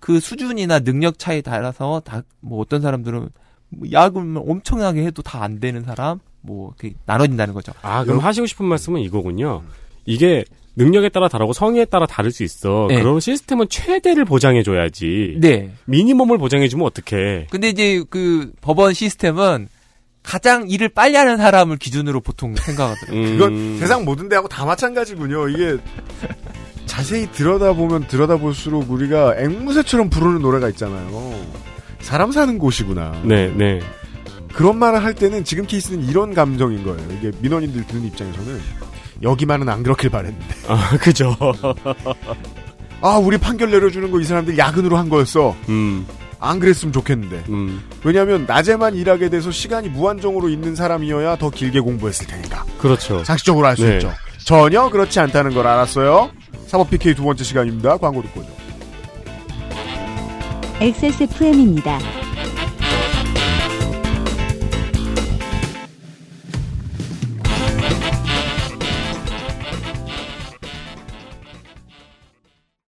그 수준이나 능력 차에 따라서 다 뭐 어떤 사람들은 뭐 야근을 엄청나게 해도 다 안 되는 사람 뭐 이렇게 나눠진다는 거죠.
아, 그럼 하시고 싶은 말씀은 이거군요. 이게 능력에 따라 다르고 성의에 따라 다를 수 있어.
네.
그런 시스템은 최대를 보장해줘야지.
네.
미니멈을 보장해주면 어떡해.
근데 이제 그 법원 시스템은 가장 일을 빨리 하는 사람을 기준으로 보통
음.
생각하더라고요.
이건 세상 모든 데하고 다 마찬가지군요. 이게 자세히 들여다보면 들여다볼수록 우리가 앵무새처럼 부르는 노래가 있잖아요. 사람 사는 곳이구나.
네, 네.
그런 말을 할 때는 지금 케이스는 이런 감정인 거예요. 이게 민원인들 듣는 입장에서는 여기만은 안 그렇길 바랬는데.
아, 그죠.
아, 우리 판결 내려주는 거 이 사람들 야근으로 한 거였어.
음.
안 그랬으면 좋겠는데.
음.
왜냐하면 낮에만 일하게 돼서 시간이 무한정으로 있는 사람이어야 더 길게 공부했을 테니까.
그렇죠.
상식적으로 알 수
네.
있죠. 전혀 그렇지 않다는 걸 알았어요. 사법 PK 두 번째 시간입니다. 광고 듣고 오죠.
XSFM입니다.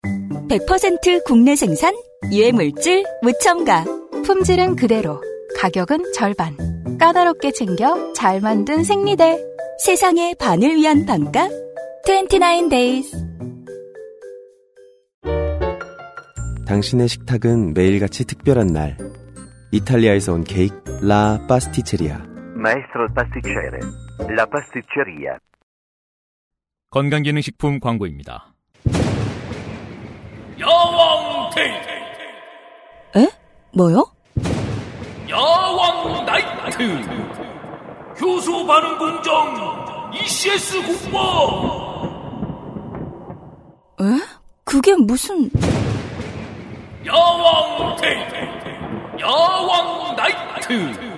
100% 국내 생산, 유해물질, 무첨가.
품질은 그대로, 가격은 절반. 까다롭게 챙겨 잘 만든 생리대.
세상의 반을 위한 반값 29 days.
당신의 식탁은 매일같이 특별한 날. 이탈리아에서 온 케이크 라 파스티체리아.
Maestro pasticcere. La pasticceria.
건강기능식품 광고입니다.
야왕 테이트
에? 뭐요?
야왕 나이트 효소 반응 공정 ECS 공모
에? 그게 무슨
야왕 테이트 야왕 나이트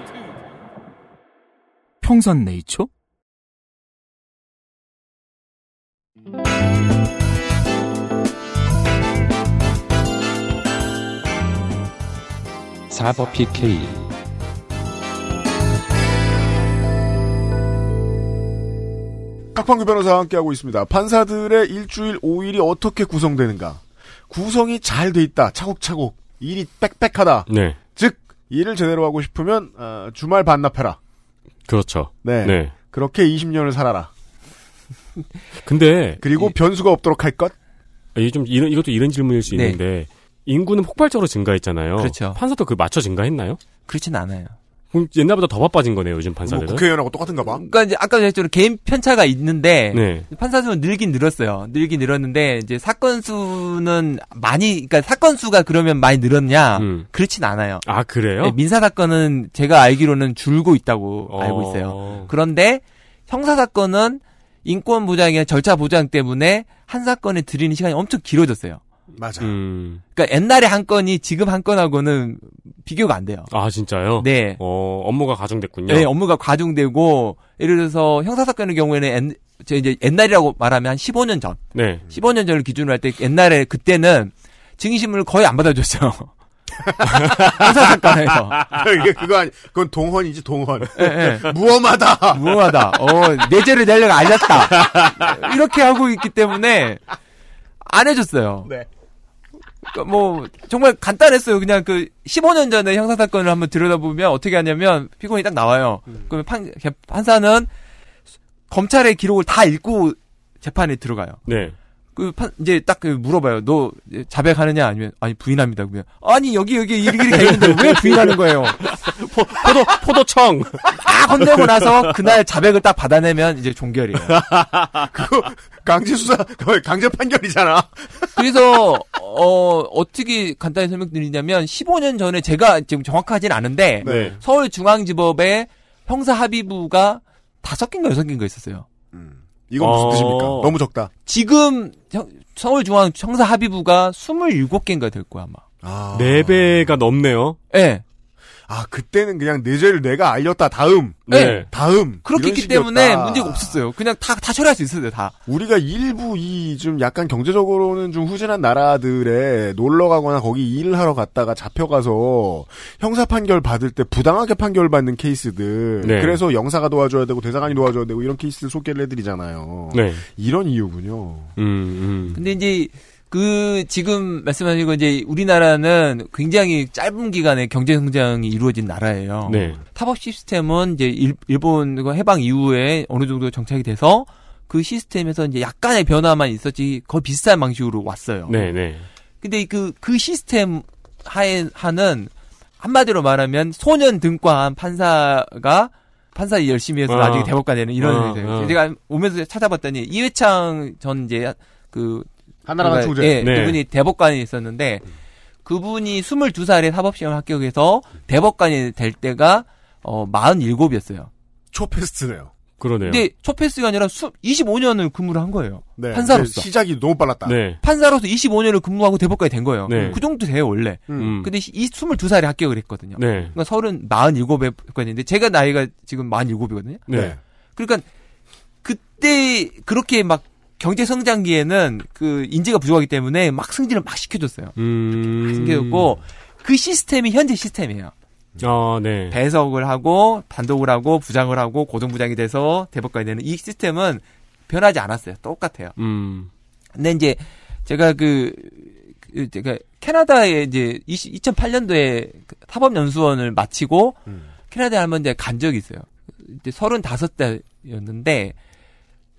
평산 네이처?
사법 PK
박판규 변호사와 함께하고 있습니다. 판사들의 일주일 5일이 어떻게 구성되는가. 구성이 잘 돼 있다. 차곡차곡. 일이 빽빽하다.
네.
즉, 일을 제대로 하고 싶으면 어, 주말 반납해라.
그렇죠.
네.
네.
그렇게 20년을 살아라.
근데 아,
그리고 변수가 없도록 할 것. 뭐
이좀 이런 이것도 이런 질문일 수
네.
있는데 인구는 폭발적으로 증가했잖아요.
그렇죠.
판사도 그 맞춰 증가했나요?
그렇진 않아요.
그럼 옛날보다 더 바빠진 거네요, 요즘 판사들은.
뭐 그-
국회의원하고 똑같은가 봐.
그러니까 이제 아까 말했죠 개인 편차가 있는데
네.
판사 수는 늘긴 늘었어요. 늘긴 늘었는데 이제 사건 수는 많이 그러니까 사건 수가 그러면 많이 늘었냐? 그렇진 않아요.
아 그래요?
네, 민사 사건은 제가 알기로는 줄고 있다고
어.
알고 있어요. 그런데 형사 사건은 인권 보장이나 절차 보장 때문에 한 사건에 들이는 시간이 엄청 길어졌어요.
맞아.
음.
그러니까 옛날에 한 건이 지금 한 건하고는 비교가 안 돼요.
아 진짜요?
네.
어, 업무가 가중됐군요.
네, 업무가 과중되고 예를 들어서 형사 사건의 경우에는 옛, 제 이제 옛날이라고 말하면 한 15년 전,
네.
15년 전을 기준으로 할 때 옛날에 그때는 증인신문을 거의 안 받아줬어요. 형사 사건에서.
이게 그거 아니, 그건 동헌이지 동헌. 네,
예, 예.
무엄하다.
무엄하다. 어, 내재를 내려가 알렸다. 이렇게 하고 있기 때문에 안 해줬어요.
네.
그러니까 뭐 정말 간단했어요. 그냥 그 15년 전에 형사 사건을 한번 들여다보면 어떻게 하냐면 피고인이 딱 나와요. 그러면 판 개- 판사는 검찰의 기록을 다 읽고 재판에 들어가요.
네.
그 판, 이제 딱그 물어봐요. 너 자백하느냐 아니면 아니 부인합니다. 그러면 아니 여기 여기 이렇게 이렇게 있는데 왜 부인하는 거예요?
포도 포도청
다 건네고 나서 그날 자백을 딱 받아내면 이제 종결이에요.
그거 강제 수사, 그거 강제 판결이잖아.
그래서 어 어떻게 간단히 설명드리냐면 15년 전에 제가 지금 정확하진 않은데
네.
서울중앙지법에 형사합의부가 다 섞인 거 여섯 개인 거 있었어요.
이건
어.
무슨 뜻입니까? 너무 적다.
지금 형- 서울중앙 형사합의부가 27개인가 될 거야 아마.
아.
네 배가 넘네요.
예.
아, 그때는 그냥 내재를 내가 알렸다. 다음.
네.
다음.
그렇기
이런
했기
식이었다.
때문에 문제가 없었어요. 그냥 다 다 처리할 수 있었어요 다.
우리가 일부 이 좀 약간 경제적으로는 좀 후진한 나라들에 놀러 가거나 거기 일을 하러 갔다가 잡혀가서 형사 판결 받을 때 부당하게 판결 받는 케이스들.
네.
그래서 영사가 도와줘야 되고 대사관이 도와줘야 되고 이런 케이스들 소개를 해드리잖아요.
네.
이런 이유군요.
음, 음.
근데 이제 그 지금 말씀하신 거 이제 우리나라는 굉장히 짧은 기간에 경제 성장이 이루어진 나라예요.
네.
탑업 시스템은 이제 일, 일본과 그 해방 이후에 어느 정도 정착이 돼서 그 시스템에서 이제 약간의 변화만 있었지 거의 비슷한 방식으로 왔어요.
네, 네.
근데 그 그 시스템 하에 하는 한마디로 말하면 소년 등과한 판사가 판사 열심히 해서
아.
나중에 대법관 되는 이런
아,
얘기예요.
아.
제가 오면서 찾아봤더니 이회창 전 이제 그
한나라당
그러니까,
총재.
예,
네.
그분이 대법관이 있었는데 그분이 22살에 사법시험 합격해서 대법관이 될 때가 어 47이었어요.
초페스트네요.
그러네요.
근데 첫 패스가 아니라 수, 25년을 근무를 한 거예요.
네.
판사로서.
시작이 너무 빨랐다.
네.
판사로서 25년을 근무하고 대법까지 된 거예요.
네.
그 정도 돼요, 원래.
음.
근데 이 22살에 합격을 했거든요.
네.
그러니까 서른, 47에 했는데, 제가 나이가 지금 47이거든요.
네.
그러니까, 그때, 그렇게 막, 경제 성장기에는 그 인재가 부족하기 때문에 막 승진을 막 시켜줬어요.
음.
생겼고 그 시스템이 현재 시스템이에요.
아, 네.
배석을 하고 단독을 하고 부장을 하고 고등부장이 돼서 대법관이 되는 이 시스템은 변하지 않았어요. 똑같아요.
음.
근데 이제 제가 그, 그 제가 캐나다에 이제 2008년도에 그 사법 연수원을 마치고 캐나다에 한번 이제 간 적이 있어요. 이제 35대였는데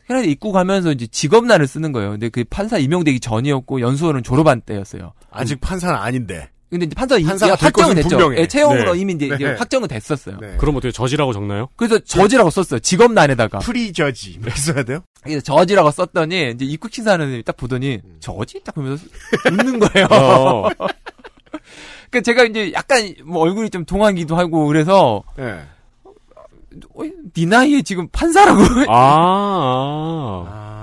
캐나다 입국하면서 이제 직업란을 쓰는 거예요. 근데 그 판사 임명되기 전이었고 연수원은 졸업한 때였어요.
아직 판사는 아닌데.
근데 이제 판사
판사가 될
확정은
것은
됐죠.
분명해.
예, 채용으로
네.
이미 이제
네.
확정은 됐었어요.
그럼 어떻게 저지라고 적나요?
그래서 저지라고 썼어요. 직업란에다가.
프리저지. 써야 돼요?
그래서 저지라고 썼더니 이제 입국 심사하는 딱 보더니
음.
저지 딱 보면서 웃는 거예요. 아.
어.
그러니까 제가 이제 약간 뭐 얼굴이 좀 동하기도 하고 그래서
네.
나이에 지금 판사라고.
아,
아.
어.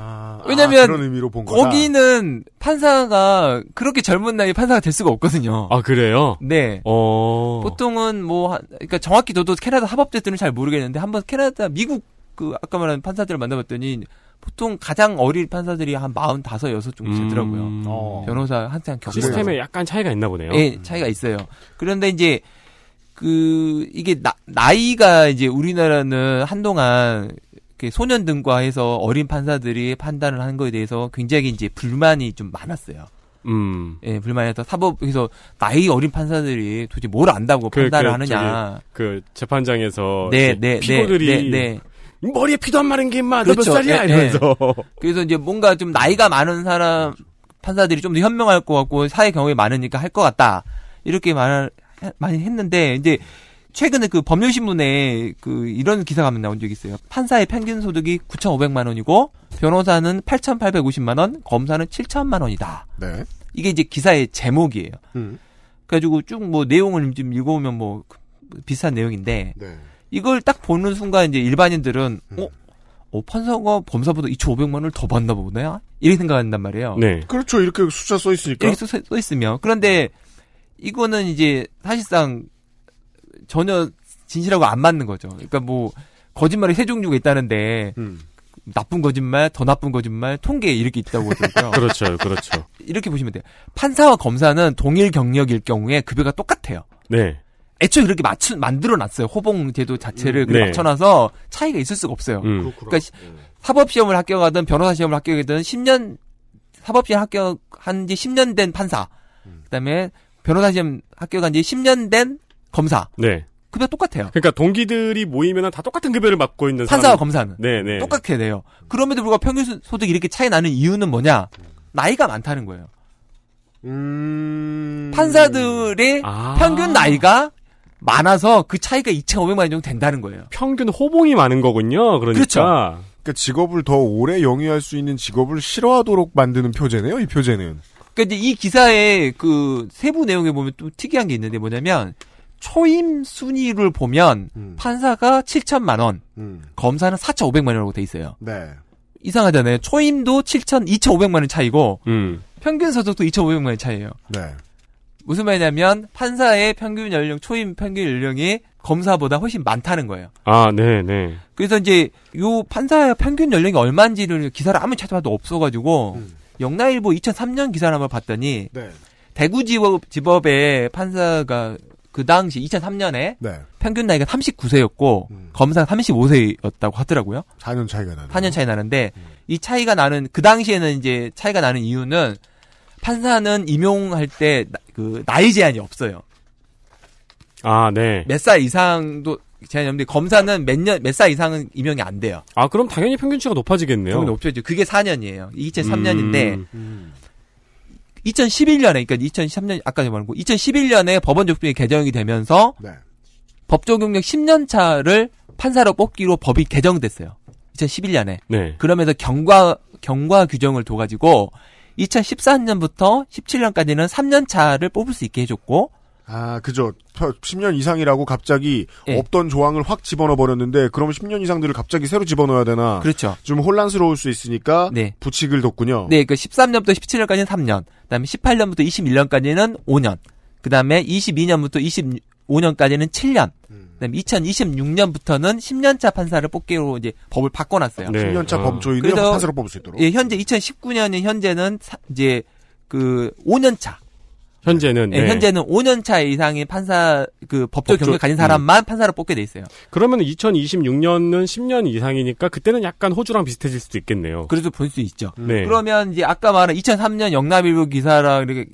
왜냐면
그런 의미로 본 거다.
거기는 판사가 그렇게 젊은 나이 에 판사가 될 수가 없거든요.
아, 그래요?
네.
어.
보통은 뭐 한- 그러니까 정확히 저도 캐나다 합법제도는 잘 모르겠는데 한번 캐나다 미국 그 아까 말한 판사들을 만나봤더니 보통 가장 어린 판사들이 한 45, 6 정도 되더라고요.
어.
음, 변호사 한창 겪고
음. 어. 시스템에
나서.
약간 차이가 있나 보네요.
예, 차이가 있어요. 그런데 이제 그 이게 나, 이가 이제 우리나라는 한동안 이렇게 소년 등과 해서 어린 판사들이 판단을 하는 거에 대해서 굉장히 이제 불만이 좀 많았어요.
음.
예, 불만해서 사법에서 나이 어린 판사들이 도대체 뭘 안다고
그-
판단을
그
하느냐.
저기 그 재판장에서
네,
이제
네,
피고들이
네, 네,
머리에 피도 안 마른 게 임마 너몇
그렇죠.
살이야
예,
이러면서
그래서 이제 뭔가 좀 나이가 많은 사람 판사들이 좀 더 현명할 것 같고 사회 경험이 많으니까 할 것 같다 이렇게 말 많이 했는데 이제 최근에 그 법률신문에 그 이런 기사가 한번 나온 적이 있어요. 판사의 평균 소득이 9,500만 원이고 변호사는 8,850만 원, 검사는 7,000만 원이다.
네.
이게 이제 기사의 제목이에요.
음.
그래가지고 쭉 뭐 내용을 좀 읽어보면 뭐 비슷한 내용인데
네.
이걸 딱 보는 순간 이제 일반인들은
음.
어, 어 판사가 범사보다 2,500만 원을 더 받나 보네 이렇게 생각한단 말이에요.
네.
그렇죠. 이렇게 숫자 써 있으니까.
이렇게 써, 써 있으면 그런데 이거는 이제 사실상 전혀 진실하고 안 맞는 거죠. 그러니까 뭐 거짓말이 세 종류가 있다는데
음.
나쁜 거짓말, 더 나쁜 거짓말, 통계 이렇게 있다고 그러더라고요.
그렇죠, 그렇죠.
이렇게 보시면 돼요. 판사와 검사는 동일 경력일 경우에 급여가 똑같아요.
네.
애초에 그렇게 맞추 만들어 놨어요. 호봉 제도 자체를
음,
그렇게
네.
맞춰놔서 차이가 있을 수가 없어요.
음.
그러니까 시- 사법 시험을 합격하든 변호사 시험을 합격하든 10년 사법 시험 합격한 지 10년 된 판사, 그다음에 변호사 시험 합격한 지 10년 된 검사,
네.
급여 똑같아요.
그러니까 동기들이 모이면 다 똑같은 급여를 맡고 있는
판사와
그 사람.
검사는
네, 네.
똑같게 돼요. 그럼에도 불구하고 평균 수- 소득이 이렇게 차이 나는 이유는 뭐냐? 나이가 많다는 거예요.
음.
음.
판사들의
아.
평균 나이가 많아서 그 차이가 2,500만 원 정도 된다는 거예요.
평균 호봉이 많은 거군요. 그러니까.
그렇죠. 그러니까 직업을 더 오래 영위할 수 있는 직업을 싫어하도록 만드는 표제네요. 이 표제는.
그러니까 이제 이 기사의 그 세부 내용에 보면 또 특이한 게 있는데 뭐냐면 초임 순위를 보면 판사가 7천만 원, 검사는 4,500만 원이라고 돼 있어요.
음. 네.
이상하잖아요. 초임도 7천, 2,500만 원 차이고
음.
평균 소득도 2,500만 원 차이예요.
네.
무슨 말이냐면 판사의 평균 연령, 초임 평균 연령이 검사보다 훨씬 많다는 거예요.
아, 네, 네.
그래서 이제 요 판사의 평균 연령이 얼마인지를 기사를 아무리 찾아봐도 없어가지고 영나일보 2003년 기사를 한번 봤더니
네.
대구지법 지법의 판사가 그 당시 2003년에
네.
평균 나이가 39세였고 검사 35세였다고 하더라고요.
4년 차이가 나는.
4년 차이 나는데
음.
이 차이가 나는 그 당시에는 이제 차이가 나는 이유는 판사는 임용할 때 그 나이 제한이 없어요.
아, 네.
몇 살 이상도 제한이 없는데 검사는 몇 년 몇 살 이상은 임용이 안 돼요.
아, 그럼 당연히 평균치가 높아지겠네요.
당연히 높죠. 그게 4년이에요. 2003년인데
음.
2011년에 그러니까 2013년 아까 말한 거 2011년에 법원 적용이 개정이 되면서
네.
법 적용력 10년 차를 판사로 뽑기로 법이 개정됐어요. 2011년에.
네.
그러면서 경과 경과 규정을 둬 가지고 2014년부터 17년까지는 3년 차를 뽑을 수 있게 해줬고
아, 그죠. 10년 이상이라고 갑자기
예.
없던 조항을 확 집어넣어 버렸는데 그러면 10년 이상들을 갑자기 새로 집어넣어야 되나?
그렇죠.
좀 혼란스러울 수 있으니까 부칙을 뒀군요.
네, 그 13년부터 17년까지는 3년, 그다음에 18년부터 21년까지는 5년, 그다음에 22년부터 25년까지는 7년, 그다음에 2026년부터는 10년차 판사를 뽑기로 이제 법을 바꿔놨어요.
네. 10년차 어. 범초인을
그래서
판사로 뽑을 수 있도록.
예, 현재 2019년인 현재는 사- 이제 그 5년차. 예,
현재는 네.
현재는 5년차 이상의 판사 그 법조
법조-
경력을 가진 사람만 판사로 뽑게 돼 있어요.
그러면 2026년은 10년 이상이니까 그때는 약간 호주랑 비슷해질 수도 있겠네요.
그래도 볼 수 있죠.
네.
그러면 이제 아까 말한 2003년 영남일보 기사랑 이렇게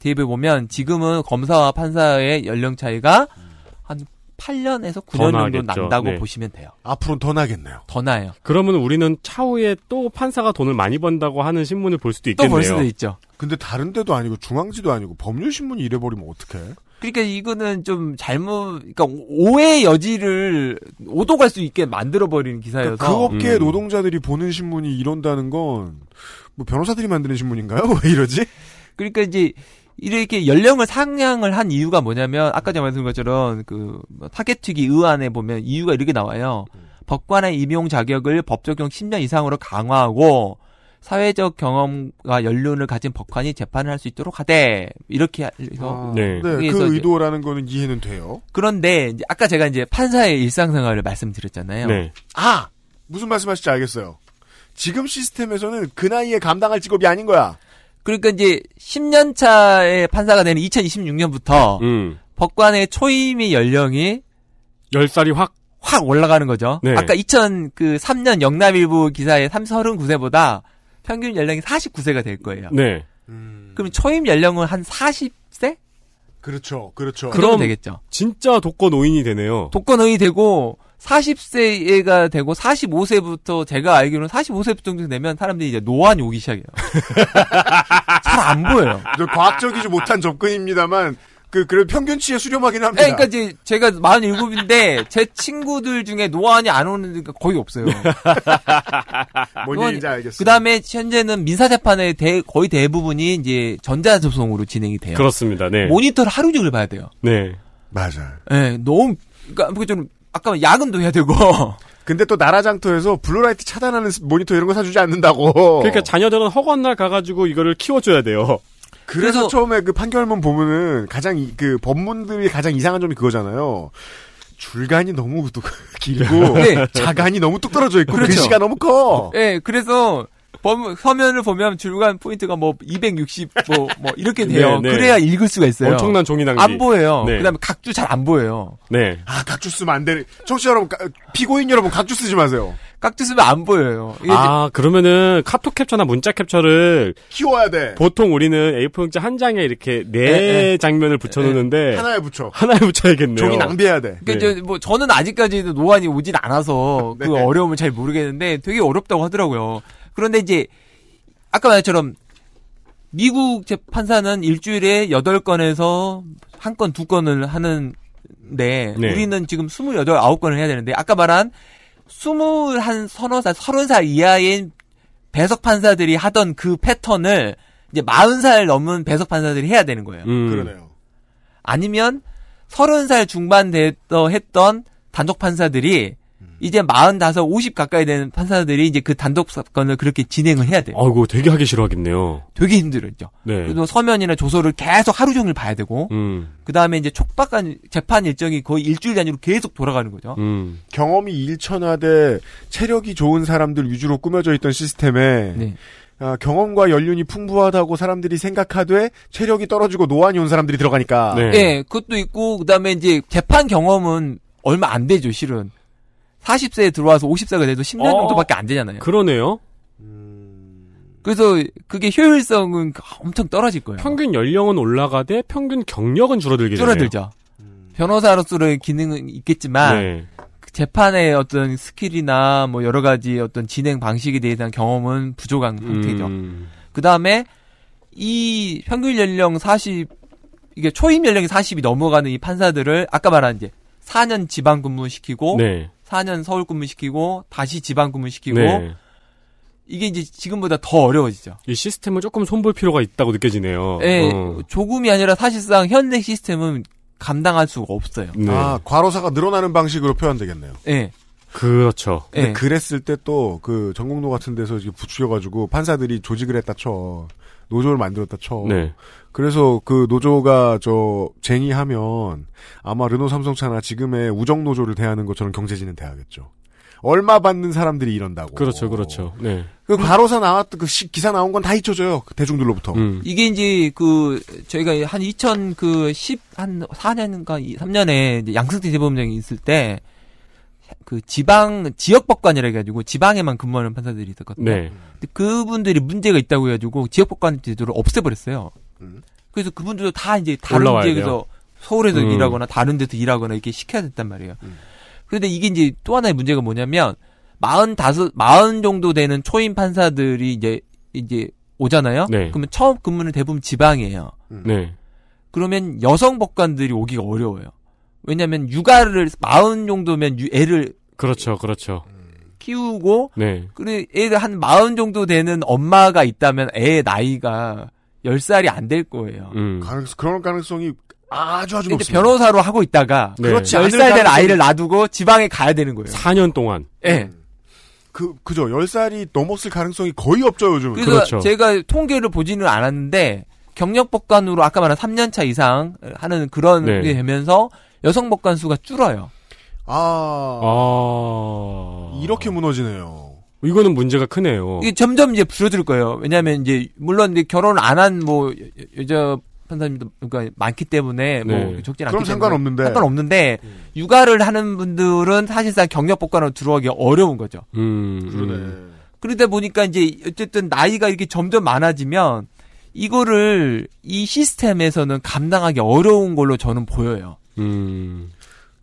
대입해 보면 지금은 검사와 판사의 연령 차이가 한 8년에서 9년 정도 난다고
네.
보시면 돼요.
앞으로는 더 나겠네요.
더 나요.
그러면 우리는 차후에 또 판사가 돈을 많이 번다고 하는 신문을 볼 수도 있겠네요.
근데 다른 데도 아니고 중앙지도 아니고 법률신문이 이래 버리면 어떡해?
그러니까 이거는 좀 잘못, 그러니까 오해 여지를 오도갈 수 있게 만들어 버리는 기사여서
그러니까
그 업계의 노동자들이 보는 신문이 이런다는 건, 뭐, 변호사들이 만드는 신문인가요? 왜 이러지?
그러니까 이제 이렇게 연령을 상향을 한 이유가 뭐냐면 아까 제가 말씀드린 것처럼 그뭐 타겟특위 의안에 보면 이유가 이렇게 나와요.
음.
법관의 임용 자격을 법 적용 10년 이상으로 강화하고 사회적 경험과 연륜을 가진 법관이 재판을 할 수 있도록 하되 이렇게 해서
아, 네. 그
그래서 이제
의도라는 거는 이해는 돼요.
그런데 이제 아까 제가 이제 판사의 일상생활을 말씀드렸잖아요.
네. 아! 무슨 말씀하실지 알겠어요. 지금 시스템에서는 그 나이에 감당할 직업이 아닌 거야.
그러니까 이제 10년 차에 판사가 되는
어.
2026년부터
음.
음.
법관의 초임의 연령이
10살이 확
확 올라가는 거죠.
네.
아까 2003년 영남일보 기사의 3 39세보다 평균 연령이 49세가 될 거예요.
네.
그럼 초임 연령은 한 40세?
그렇죠, 그렇죠.
그럼 되겠죠.
진짜 독거 노인이 되네요.
독거노인 되고 40세가 되고 45세부터 제가 알기로는 45세부터 정도 되면 사람들이 이제 노안이 오기 시작해요. 잘 안 보여요.
과학적이지 못한 접근입니다만, 그, 그래 평균치에 수렴하긴 합니다.
그러니까 이제 제가 47인데 제 친구들 중에 노안이 안 오는 게 거의 없어요.
뭔
노안이-
얘기인지 알겠어요.
그다음에 현재는 민사 재판의 대- 거의 대부분이 이제 전자 접속으로 진행이 돼요.
그렇습니다. 네.
모니터를 하루 종일 봐야 돼요.
네.
맞아요.
네, 너무 그러니까 그좀 아까 야근도 해야 되고.
근데 또 나라장터에서 블루라이트 차단하는 스- 모니터 이런 거 사주지 않는다고.
그러니까 자녀들은 허건 날 가가지고 이거를 키워줘야 돼요.
그래서, 처음에 그 판결문 보면은 가장 이- 그 법문들이 가장 이상한 점이 그거잖아요. 줄간이 너무 뚝- 길고
네.
자간이 너무 뚝 떨어져 있고
그렇죠.
글씨가 너무 커.
네, 그래서 범- 서면을 보면 줄간 포인트가 뭐 260, 뭐, 뭐 이렇게 돼요.
네, 네.
그래야 읽을 수가 있어요.
엄청난 종이 낭비.
안 보여요.
네.
그다음에 각주 잘 안 보여요.
네.
아 각주 쓰면 안 되는. 청취자 여러분, 가- 피고인 여러분 각주 쓰지 마세요.
각주 쓰면 안 보여요.
아, 그러면은 카톡 캡처나 문자 캡처를
키워야 돼.
보통 우리는 A4용지 한 장에 이렇게 네
네, 네.
장면을 붙여놓는데
예, 하나에 붙여.
하나에 붙여야겠네요.
종이 낭비해야 돼.
그니뭐 저는 아직까지도 노안이 오진 않아서 그 어려움을 잘 모르겠는데 되게 어렵다고 하더라고요. 그런데 이제 아까 말처럼 미국 재판사는 일주일에 8건에서 한 건, 두 건을 하는데
네.
우리는 지금 28, 9건을 해야 되는데 아까 말한 21 서너 살, 30살 이하인 배석 판사들이 하던 그 패턴을 이제 40살 넘은 배석 판사들이 해야 되는 거예요.
음.
그러네요.
아니면 30살 중반 됐던 했던 단독 판사들이
음.
이제 45, 50 가까이 되는 판사들이 이제 그 단독 사건을 그렇게 진행을 해야 돼요.
아이고, 되게 하기 싫어하겠네요.
되게 힘들었죠.
어. 네.
그리고 서면이나 조서를 계속 하루 종일 봐야 되고
음.
그 다음에 이제 촉박한 재판 일정이 거의 일주일 단위로 계속 돌아가는 거죠.
음.
경험이 일천하되 체력이 좋은 사람들 위주로 꾸며져 있던
음.
시스템에
네.
네.
아, 경험과 연륜이 풍부하다고 사람들이 생각하되 체력이 떨어지고 노안이 온 사람들이 들어가니까.
네.
예, 그것도 있고 그다음에 이제 재판 경험은 얼마 안 되죠, 실은. 40세에 들어와서 50세가 돼도 10년
어.
정도밖에 안 되잖아요.
그러네요.
그래서 그게 효율성은 엄청 떨어질 거예요.
평균 연령은 올라가되 평균 경력은 줄어들게 되네요.
줄어들죠. 변호사로서의 기능은 있겠지만
네.
그 재판의 어떤 스킬이나 뭐 여러 가지 어떤 진행 방식에 대한 경험은 부족한
음.
상태죠. 그 다음에 이 평균 연령 40 이게 초임 연령이 40이 넘어가는 이 판사들을 아까 말한 이제 4년 지방 근무 시키고
네.
4년 서울 근무 시키고 다시 지방 근무 시키고
네.
이게 이제 지금보다 더 어려워지죠.
이 시스템을 조금 손볼 필요가 있다고 느껴지네요.
예,
어.
조금이 아니라 사실상 현대 시스템은 감당할 수가 없어요.
네.
아, 과로사가 늘어나는 방식으로 표현되겠네요.
예.
그렇죠.
근데
예.
그랬을 때 또 그 전공노 같은 데서 이제 부추겨가지고 판사들이 조직을 했다 쳐 노조를 만들었다 쳐.
네.
그래서 그 노조가 저 쟁의하면 아마 르노 삼성차나 지금의 우정 노조를 대하는 것처럼 경제진은 대하겠죠. 얼마 받는 사람들이 이런다고.
그렇죠, 그렇죠. 네.
그 과로사 나왔던 그 시- 기사 나온 건 다 잊혀져요. 그 대중들로부터.
음.
이게 이제 그 저희가 한 2000 그 10 한 4년인가 3년에 이제 양승태 대법원장이 있을 때 그 지방 지역 법관이라 해가지고 지방에만 근무하는 판사들이 있었거든요.
네.
근데 그분들이 문제가 있다고 해가지고 지역 법관 제도를 없애버렸어요. 그래서 그분들도 다 이제 다른
올라와야
지역에서
돼요.
서울에서
음.
일하거나 다른 데서 일하거나 이렇게 시켜야 됐단 말이에요. 그런데 이게 이제 또 하나의 문제가 뭐냐면 45, 40 정도 되는 초임 판사들이 이제 이제 오잖아요.
네.
그러면 처음 근무는 대부분 지방이에요.
네.
그러면 여성 법관들이 오기가 어려워요. 왜냐하면 육아를 40 정도면 유- 애를
그렇죠, 그렇죠.
키우고
네.
그래 애를 한 40 정도 되는 엄마가 있다면 애의 나이가 10살이 안 될 거예요.
음.
음.
가능성- 그런 가능성이 아주 아주
근데
높습니다.
변호사로 하고 있다가
네. 그렇지 않을
10살 된
가능성이-
아이를 놔두고 지방에 가야 되는 거예요.
4년 동안.
예.
그 그죠. 10살이 넘었을 가능성이 거의 없죠, 요즘.
그래서 제가 통계를 보지는 않았는데 경력 법관으로 아까 말한 3년차 이상 하는 그런
네.
게 되면서 여성 법관 수가 줄어요.
아.
아.
이렇게 무너지네요.
이거는 문제가 크네요.
이게 점점 이제 줄어들 거예요. 왜냐하면 이제 물론 이제 결혼 안 한 뭐 여자 판사님도 그러니까 많기 때문에 뭐
네.
적진 않기
그럼
때문에
상관없는데.
상관없는데 육아를 하는 분들은 사실상 경력 법관으로 들어가기 어려운 거죠.
음.
그러네.
그러다 보니까 이제 어쨌든 나이가 이렇게 점점 많아지면 이거를 이 시스템에서는 감당하기 어려운 걸로 저는 보여요.
음.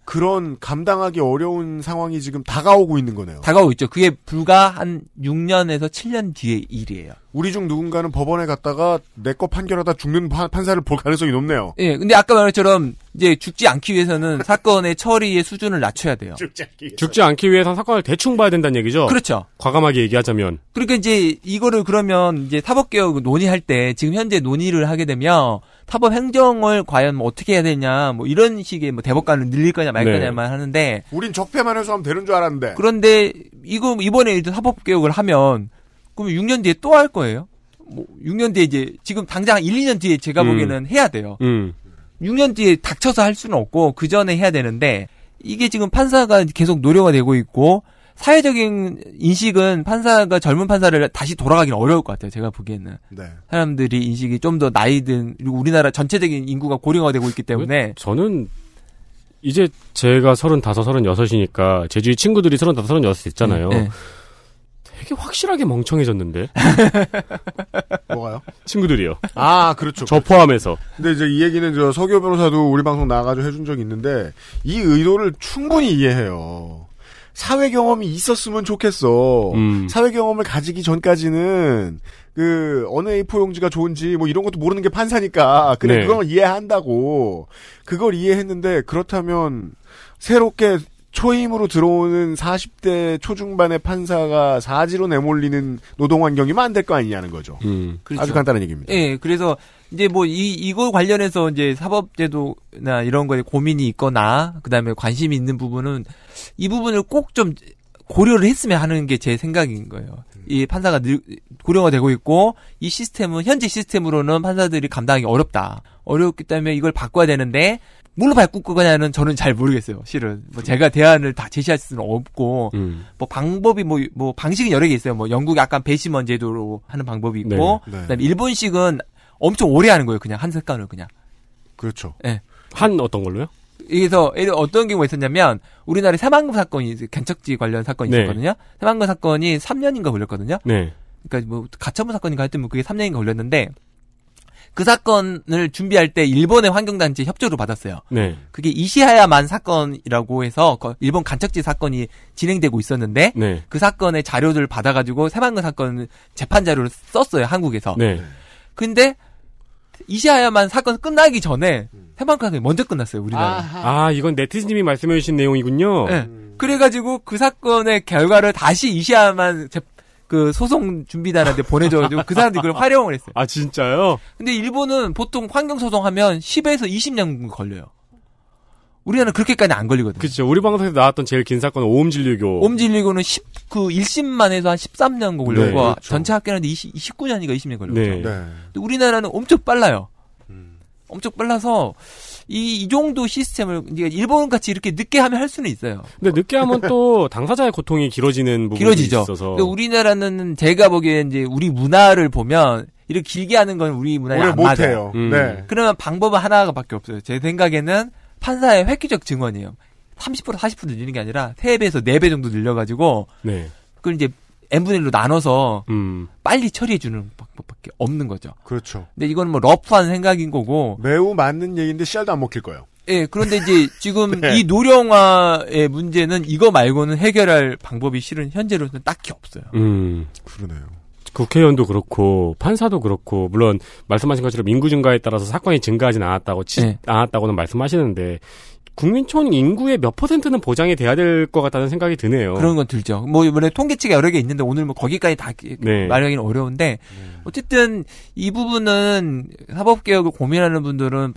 그런 감당하기 어려운 상황이 지금 다가오고 있는 거네요.
다가오고 있죠. 그게 불과 한 6년에서 7년 뒤의 일이에요.
우리 중 누군가는 법원에 갔다가 내 거 판결하다 죽는 파- 판사를 볼 가능성이 높네요.
예, 근데 아까 말한 것처럼 이제 죽지 않기 위해서는 사건의 처리의 수준을 낮춰야 돼요.
죽지 않기 위해서 사건을 대충 봐야 된다는 얘기죠?
그렇죠.
과감하게 얘기하자면.
그러니까 이제 이거를 그러면 이제 사법개혁 논의할 때 지금 현재 논의를 하게 되면 사법 행정을 과연 뭐 어떻게 해야 되냐 뭐 이런 식의 뭐 대법관을 늘릴 거냐 말
네.
거냐만 하는데
우린 적폐만 해소하면 되는 줄 알았는데.
그런데 이거 이번에 이제 사법 개혁을 하면 그럼 6년 뒤에 또 할 거예요? 뭐 6년 뒤에 이제 지금 당장 1, 2년 뒤에 제가
음.
보기에는 해야 돼요.
음.
6년 뒤에 닥쳐서 할 수는 없고 그 전에 해야 되는데 이게 지금 판사가 계속 노려가 되고 있고 사회적인 인식은 판사가 젊은 판사를 다시 돌아가기는 어려울 것 같아요. 제가 보기에는
네.
사람들이 인식이 좀 더 나이든 그리고 우리나라 전체적인 인구가 고령화되고 있기 때문에
저는 이제 제가 35, 36이니까 제 주위 친구들이 35, 36 있잖아요.
네, 네.
되게 확실하게 멍청해졌는데.
뭐가요?
친구들이요.
아, 그렇죠.
저 포함해서.
근데 이제 이 얘기는 저 서기호 변호사도 우리 방송 나가지고 해준 적이 있는데 이 의도를 충분히 이해해요. 사회 경험이 있었으면 좋겠어.
음.
사회 경험을 가지기 전까지는 그 어느 A4 용지가 좋은지 뭐 이런 것도 모르는 게 판사니까 그래
네.
그걸 이해한다고 그걸 이해했는데 그렇다면 새롭게 초임으로 들어오는 40대 초중반의 판사가 사지로 내몰리는 노동 환경이면 안 될 거 아니냐는 거죠. 아주
음,
그렇죠.
간단한 얘기입니다.
예, 그래서 이제 뭐 이 이거 관련해서 이제 사법제도나 이런 거에 고민이 있거나 그다음에 관심이 있는 부분은 이 부분을 꼭 좀 고려를 했으면 하는 게 제 생각인 거예요. 이 판사가 늘 고령화되고 있고 이 시스템은 현재 시스템으로는 판사들이 감당하기 어렵다. 어렵기 때문에 이걸 바꿔야 되는데 뭘로 바꿀 거냐는 저는 잘 모르겠어요. 실은 뭐 제가 대안을 다 제시할 수는 없고
음.
뭐 방법이 뭐, 뭐 방식은 여러 개 있어요. 뭐 영국이 약간 배심원 제도로 하는 방법이 있고
네, 네.
그다음에 일본식은 엄청 오래 하는 거예요. 그냥 한 색깔을 그냥.
그렇죠.
예.
한 어떤 걸로요?
그래서 예를- 어떤 경우가 있었냐면 우리나라에 새만금 사건이 이제 간척지 관련 사건이
네.
있었거든요. 새만금 사건이 3년인가 걸렸거든요.
네.
그러니까 뭐 가처분 사건인가 하여튼 뭐 그게 3년인가 걸렸는데 그 사건을 준비할 때 일본의 환경단체 협조를 받았어요.
네.
그게 이시하야만 사건이라고 해서 거- 일본 간척지 사건이 진행되고 있었는데
네.
그 사건의 자료들을 받아가지고 새만금 사건 재판 자료를 썼어요
아,
한국에서.
네.
근데 이시하야만 사건 끝나기 전에
음.
새만금 사건이 먼저 끝났어요 우리나라.
아, 이건 네티즌님이 아.
네.
말씀해주신 내용이군요.
예. 그래가지고 그 사건의 결과를 다시 이시하야만 재- 그 소송 준비단한테 보내줘가지고 그 사람들이 그걸 활용을 했어요.
아 진짜요?
근데 일본은 보통 환경 소송하면 10에서 20년 걸려요. 우리나라는 그렇게까지 안 걸리거든요.
그렇죠. 우리 방송에서 나왔던 제일 긴 사건은 오음진리교.
옴진리고는 10, 그 1심만 해서 한 13년 걸려고
네, 그렇죠.
전체 합계하는데 20, 29년인가 20년 걸려요.
네.
근데 우리나라는 엄청 빨라요. 엄청 빨라서 이, 이 정도 시스템을 일본 같이 이렇게 늦게 하면 할 수는 있어요.
근데 늦게 하면 또 당사자의 고통이 길어지는 부분이
길어지죠.
있어서.
근데 우리나라는 제가 보기에 이제 우리 문화를 보면 이렇게 길게 하는 건 우리 문화에
오래
안
못
네, 맞아요.
해요. 음. 네.
그러면 방법은 하나밖에 없어요. 제 생각에는 판사의 획기적 증언이에요. 30% 40% 늘리는 게 아니라 3배에서 4배 정도 늘려가지고
네.
그걸 이제 n분의 1로 나눠서
음.
빨리 처리해주는 방법밖에 없는 거죠.
그렇죠.
근데 이건 뭐 러프한 생각인 거고
매우 맞는 얘기인데 씨알도 안 먹힐 거예요.
예, 그런데 이제 지금
네.
이 노령화의 문제는 이거 말고는 해결할 방법이 실은 현재로는 딱히 없어요.
음.
그러네요.
국회의원도 그렇고 판사도 그렇고 물론 말씀하신 것처럼 인구 증가에 따라서 사건이 증가하진 않았다고 치,
네.
않았다고는 말씀하시는데 국민촌 인구의 몇 퍼센트는 보장이 돼야 될 것 같다는 생각이 드네요.
그런 건 들죠. 뭐 이번에 통계치가 여러 개 있는데 오늘 뭐 거기까지 다
네.
말하기는 어려운데 어쨌든 이 부분은 사법 개혁을 고민하는 분들은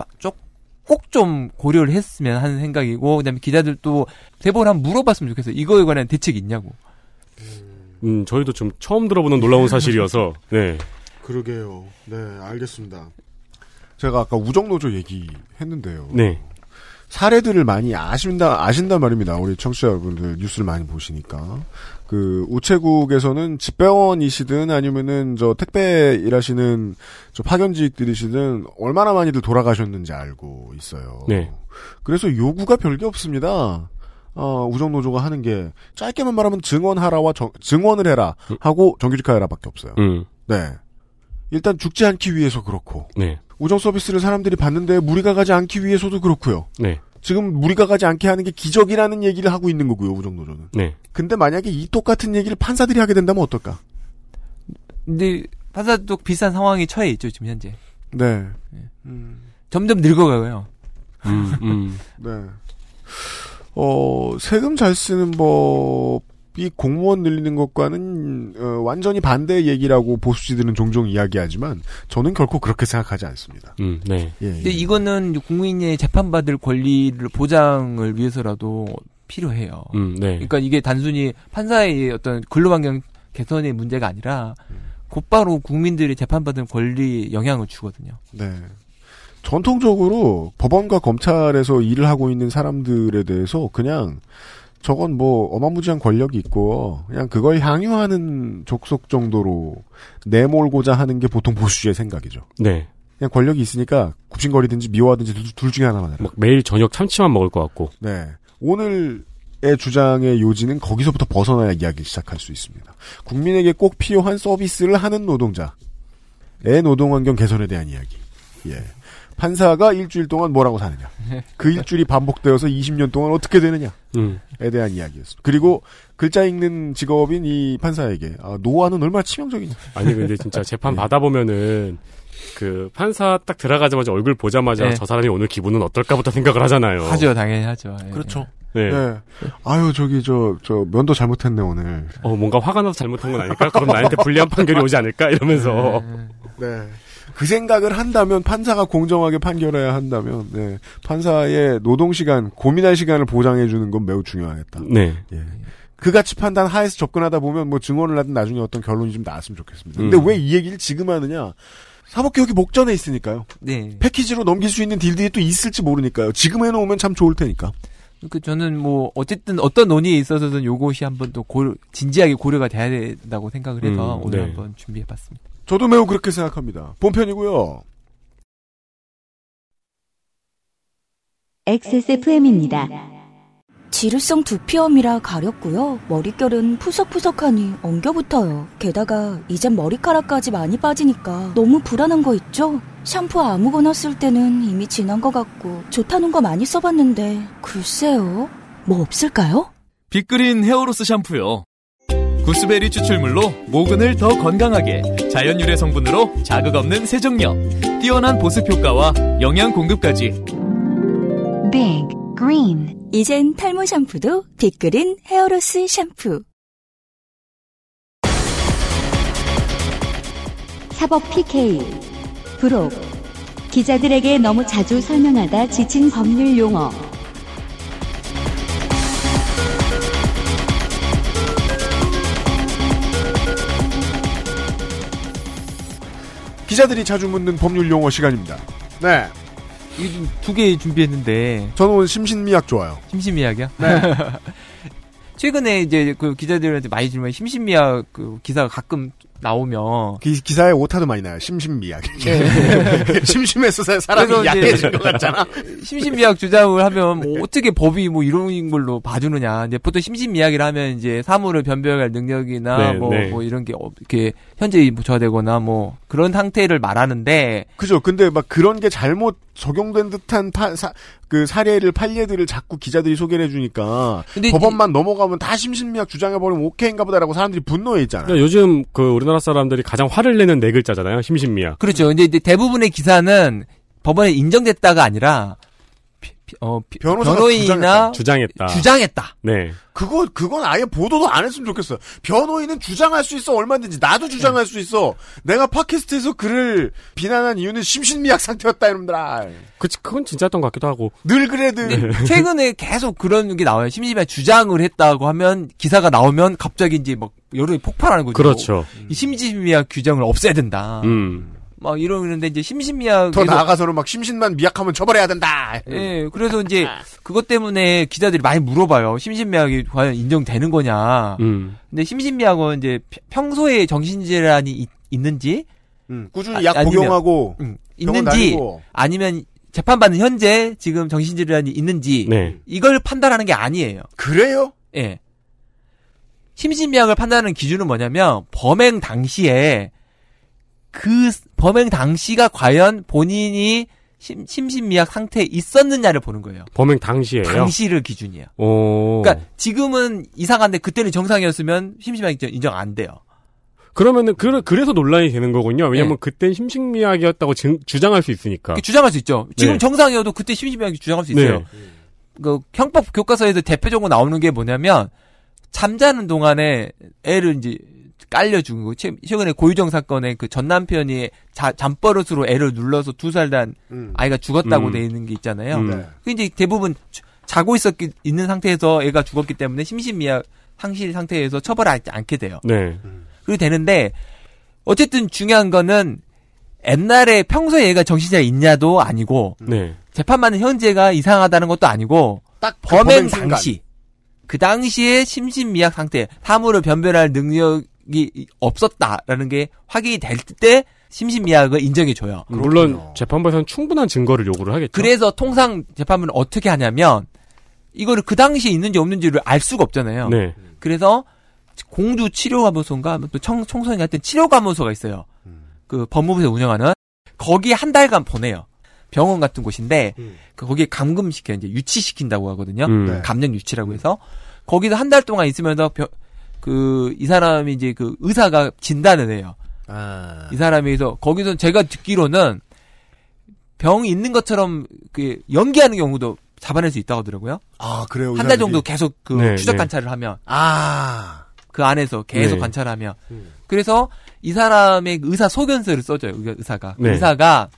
꼭 좀 고려를 했으면 하는 생각이고 그다음에 기자들도 대법원 한번 물어봤으면 좋겠어요. 이거에 관한 대책이 있냐고.
음, 저희도 좀 처음 들어보는 놀라운 사실이어서 네.
그러게요. 네, 알겠습니다. 제가 아까 우정노조 얘기했는데요.
네.
사례들을 많이 아신다 아신단 말입니다. 우리 청취자 여러분들 뉴스를 많이 보시니까 그 우체국에서는 집배원이시든 아니면은 저 택배 일하시는 저 파견직들이시든 얼마나 많이들 돌아가셨는지 알고 있어요.
네.
그래서 요구가 별게 없습니다. 어, 우정노조가 하는 게 짧게만 말하면 증언하라와 정- 증언을 해라 하고 정규직화해라밖에 없어요.
음.
네. 일단 죽지 않기 위해서 그렇고
네.
우정 서비스를 사람들이 받는데 무리가 가지 않기 위해서도 그렇고요.
네.
지금 무리가 가지 않게 하는 게 기적이라는 얘기를 하고 있는 거고요, 우정 노조는.
네.
근데 만약에 이 똑같은 얘기를 판사들이 하게 된다면 어떨까?
근데 판사도 비슷한 상황에 처해 있죠 지금 현재.
네.
점점 늙어가고요.
음,
네. 어, 세금 잘 쓰는 법이 공무원 늘리는 것과는 어, 완전히 반대의 얘기라고 보수지들은 종종 이야기하지만 저는 결코 그렇게 생각하지 않습니다.
음, 네.
예,
근데 이거는 국민의 재판받을 권리를 보장을 위해서라도 필요해요.
음, 네.
그러니까 이게 단순히 판사의 어떤 근로환경 개선의 문제가 아니라 곧바로 국민들이 재판받은 권리에 영향을 주거든요.
네. 전통적으로 법원과 검찰에서 일을 하고 있는 사람들에 대해서 그냥 저건 뭐 어마무지한 권력이 있고 그냥 그걸 향유하는 족속 정도로 내몰고자 하는 게 보통 보수주의 생각이죠.
네.
그냥 권력이 있으니까 굽신거리든지 미워하든지 둘, 둘 중에 하나만 해라.
막 매일 저녁 참치만 먹을 것 같고.
네. 오늘의 주장의 요지는 거기서부터 벗어나야 이야기를 시작할 수 있습니다. 국민에게 꼭 필요한 서비스를 하는 노동자의 노동환경 개선에 대한 이야기. 예. 판사가 일주일 동안 뭐라고 사느냐. 그 일주일이 반복되어서 20년 동안 어떻게 되느냐에
음.
대한 이야기였습니다. 그리고 글자 읽는 직업인 이 판사에게 아, 노화는 얼마나 치명적이냐.
아니 근데 진짜 재판 받아 보면은 그 판사 딱 들어가자마자 얼굴 보자마자
네.
저 사람이 오늘 기분은 어떨까부터 생각을 하잖아요.
하죠, 당연히 하죠. 예.
그렇죠.
네.
네. 아유 저기 저 저 면도 잘못했네 오늘.
어 뭔가 화가 나서 잘못한 건 아닐까? 그럼 나한테 불리한 판결이 오지 않을까? 이러면서
네. 그 생각을 한다면 판사가 공정하게 판결해야 한다면 네. 판사의 노동 시간, 고민할 시간을 보장해 주는 건 매우 중요하겠다.
네.
그같이 판단 하에서 접근하다 보면 뭐 증언을 하든 나중에 어떤 결론이 좀 나왔으면 좋겠습니다. 근데
음.
왜 이 얘기를 지금 하느냐? 사법개혁이 목전에 있으니까요.
네.
패키지로 넘길 수 있는 딜들이 또 있을지 모르니까요. 지금 해놓으면 참 좋을 테니까.
그 저는 뭐 어쨌든 어떤 논의에 있어서든 요것이 한번 또 고려- 진지하게 고려가 돼야 된다고 생각을 해서
음,
오늘
네.
한번 준비해봤습니다.
저도 매우 그렇게 생각합니다. 본편이고요.
XSFM입니다. 지루성 두피염이라 가렵고요. 머릿결은 푸석푸석하니 엉겨붙어요. 게다가 이젠 머리카락까지 많이 빠지니까 너무 불안한 거 있죠? 샴푸 아무거나 쓸 때는 이미 지난 것 같고 좋다는 거 많이 써봤는데 글쎄요. 뭐 없을까요?
빅그린 헤어로스 샴푸요. 구스베리 추출물로 모근을 더 건강하게 자연 유래 성분으로 자극 없는 세정력, 뛰어난 보습 효과와 영양 공급까지
빅 그린 이젠 탈모 샴푸도 빅그린 헤어로스 샴푸
사법 PK 부록 기자들에게 너무 자주 설명하다 지친 법률 용어
기자들이 자주 묻는 법률 용어 시간입니다. 네.
두 개 준비했는데.
저는 오늘 심신미약 좋아요.
심신미약이요? 최근에 이제 그 기자들한테 많이 질문 심신미약 그 기사가 가끔 나오면
기, 사에 오타도 많이 나요. 심신미약.
네.
심심해서 사람이
그래서 이제
약해진 것 같잖아.
심신미약 주장을 하면 뭐 어떻게 법이 뭐 이런 걸로 봐주느냐. 이제 보통 심신미약이라 하면 이제 사물을 변별할 능력이나
네,
뭐,
네.
뭐 이런 게 어- 이렇게 현재 부처되거나 뭐 그런 상태를 말하는데
그죠. 근데 막 그런 게 잘못 적용된 듯한 파- 사, 그 사례를 판례들을 자꾸 기자들이 소개를 해주니까
근데
법원만 넘어가면 다 심신미약 주장해버리면 오케이인가 보다라고 사람들이 분노해 있잖아.
네.
그러니까 요즘 그 우리나라 사람들이 가장 화를 내는 네 글자잖아요. 심신미약.
그렇죠. 근데 이제 대부분의 기사는 법원에 인정됐다가 아니라 피- 피- 어, 피-
변호사가
변호인이나
주장했다.
주장했다.
네.
그거 그건 아예 보도도 안 했으면 좋겠어요. 변호인은 주장할 수 있어 얼마든지 나도 주장할 수 있어. 내가 팟캐스트에서 그를 비난한 이유는 심신미약 상태였다 이놈들아.
그 그건 진짜였던 것 같기도 하고.
늘 그래도
근데 최근에 계속 그런 게 나와요. 심심해 주장을 했다고 하면 기사가 나오면 갑자기 이제 막 여론이 폭발하는 거죠.
그렇죠.
이 심심미약 규정을 없애야 된다.
음.
막 이러는데 이제 심심미약
더 나아가서는 막 심신만 미약하면 처벌해야 된다.
예, 그래서 이제 그것 때문에 기자들이 많이 물어봐요. 심신미약이 과연 인정되는 거냐.
음.
근데 심신미약은 이제 피- 평소에 정신질환이 있, 는지 음,
꾸준히 약 복용하고 병원
있는지
다니고.
아니면 재판받는 현재 지금 정신질환이 있는지
네.
이걸 판단하는 게 아니에요.
그래요?
예. 심신미약을 판단하는 기준은 뭐냐면 범행 당시에 그 스- 범행 당시가 과연 본인이 심, 심신미약 상태에 있었느냐를 보는 거예요.
범행 당시에요.
당시를 기준이에요.
오.
그러니까 지금은 이상한데 그때는 정상이었으면 심심한 인정, 인정 안 돼요.
그러면은 그, 그래서 논란이 되는 거군요.
네.
왜냐면 그땐 심신미약이었다고 증- 주장할 수 있으니까.
주장할 수 있죠. 지금
어. 네.
정상이어도 그때 심심하게 주장할 수 있어요.
네.
그 형법 교과서에서 대표적으로 나오는 게 뭐냐면 잠자는 동안에 애를 이제 깔려준 거. 최- 최근에 고유정 사건에 그 전 남편이 자- 잠버릇으로 애를 눌러서 두 살 난 아이가 죽었다고
음.
돼 있는 게 있잖아요.
음. 네.
그 이제 대부분 주- 자고 있었기 있는 상태에서 애가 죽었기 때문에 심신미약 상실 상태에서 처벌하지 않게 돼요.
네.
그리고 되는데 어쨌든 중요한 거는 옛날에 평소에 얘가 정신이 있냐도 아니고
네.
재판받는 현재가 이상하다는 것도 아니고
딱
범행
범행 순간.
당시 그 당시에 심신미약 상태 사물을 변별할 능력이 없었다라는 게 확인이 될 때 심신미약을 인정해 줘요.
물론 재판부에서는 충분한 증거를 요구를 하겠죠.
그래서 통상 재판부는 어떻게 하냐면 이거를 그 당시에 있는지 없는지를 알 수가 없잖아요.
네.
그래서 공주 치료감호소인가 또 청, 청소년 같은 치료감호소가 있어요.
음.
그 법무부에서 운영하는 거기에 한 달간 보내요. 병원 같은 곳인데 그 거기에 감금시켜 이제 유치시킨다고 하거든요.
음. 네.
감정 유치라고 해서 거기서 한 달 동안 있으면서 그 이 사람이 이제 그 의사가 진단을 해요. 이 사람에서 거기서 제가 듣기로는 병 있는 것처럼 그 연기하는 경우도 잡아낼 수 있다고 하더라고요.
아 그래요.
한 달 정도 계속 그
네,
추적
네.
관찰을 하면
아.
그 안에서 계속
네.
관찰하며 그래서 이 사람의 의사 소견서를 써줘요 의- 의사가
네.
의사가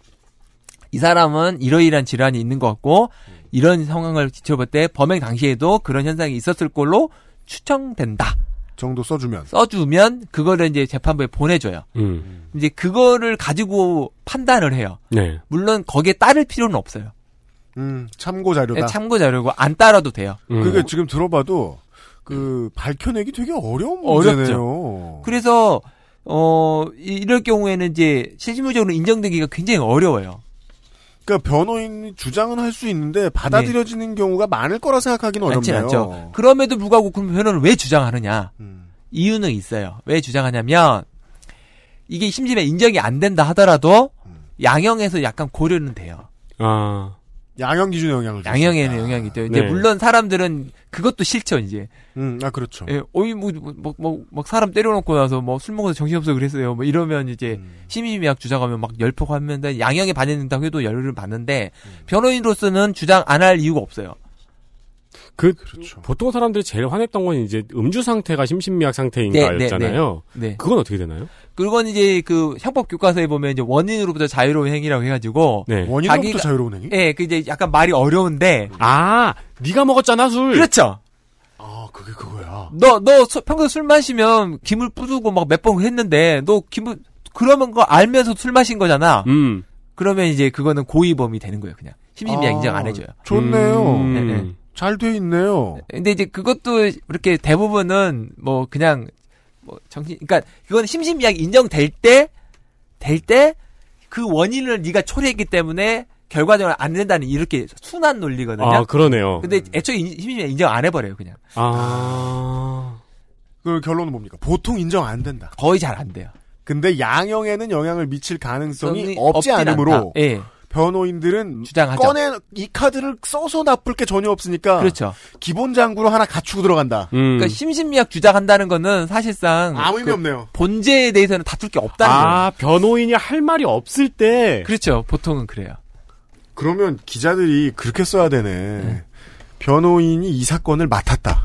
이 사람은 이러이러한 질환이 있는 것 같고 이런 상황을 지켜볼 때 범행 당시에도 그런 현상이 있었을 걸로 추정된다
정도 써주면
써주면 그거를 이제 재판부에 보내줘요
음.
이제 그거를 가지고 판단을 해요
네.
물론 거기에 따를 필요는 없어요
음, 참고 자료다.
네, 참고 음. 자료고 안 따라도 돼요
음.
그게 지금 들어봐도 그 밝혀내기 되게 어려운 문제네요.
그래서 어 이- 이럴 경우에는 이제 실무적으로 인정되기가 굉장히 어려워요.
그러니까 변호인이 주장은 할 수 있는데 받아들여지는 경우가 많을 거라 생각하기는
네. 많지
어렵네요. 음.
않죠. 그럼에도 불구하고 그럼 변호는 왜 주장하느냐? 이유는 있어요. 왜 주장하냐면 이게 심심해 인정이 안 된다 하더라도 양형에서 약간 고려는 돼요.
아.
양형 기준에 영향을 줬어요.
양형에는 영향이 있죠. 이제
네.
물론 사람들은 그것도 싫죠, 이제.
음, 아 그렇죠.
예, 어이 뭐뭐막 사람 때려놓고 나서 뭐 술 먹어서 정신없어 그랬어요. 뭐 이러면 이제
음.
심의미약 주장하면 막 열폭 하면 양형에
음.
반했는다고 해도 열을 받는데 변호인으로서는 주장 안 할 이유가 없어요.
그
그렇죠.
보통 사람들이 제일 화냈던 건 이제 음주 상태가 심신미약 상태인가였잖아요.
네, 네, 네.
그건 어떻게 되나요?
그건 이제 그 형법 교과서에 보면 이제 원인으로부터 자유로운 행위라고 해가지고
네.
원인으로부터 자유로운 행위?
예, 그 이제 약간 말이 어려운데
아 네가 먹었잖아 술.
그렇죠.
아 그게 그거야.
너 너 평소 술 마시면 김을 뿌리고 막 몇 번 했는데 너 김을 그러면 거 알면서 술 마신 거잖아.
음.
그러면 이제 그거는 고의범이 되는 거예요, 그냥. 심신미약
아,
인정 안 해줘요.
좋네요.
음. 네네.
아,
잘 돼 있네요.
근데 이제 그것도 이렇게 대부분은 뭐 그냥 뭐 정신 그러니까 그건 심신미약 인정될 때 될 때 그 원인을 네가 초래했기 때문에 결과적으로 안 된다는 이렇게 순환 논리거든요.
아 그러네요.
근데 애초에 인- 심신미약 인정 안 해버려요 그냥
아.
그 결론은 뭡니까? 보통 인정 안 된다.
거의 잘 안 돼요.
근데 양형에는 영향을 미칠 가능성이
성이
없지
없진 않다.
않으므로
예.
변호인들은
주장하죠.
꺼내 이 카드를 써서 나쁠 게 전혀 없으니까
그렇죠.
기본 장구로 하나 갖추고 들어간다.
음. 아,
그러니까 심신미약 주장한다는 거는 사실상
아무 의미
그
없네요.
본제에 대해서는 다툴 게 없다는 거예요.
아 변호인이 할 말이 없을 때.
그렇죠. 보통은 그래요.
그러면 기자들이 그렇게 써야 되네. 변호인이 이 사건을 맡았다.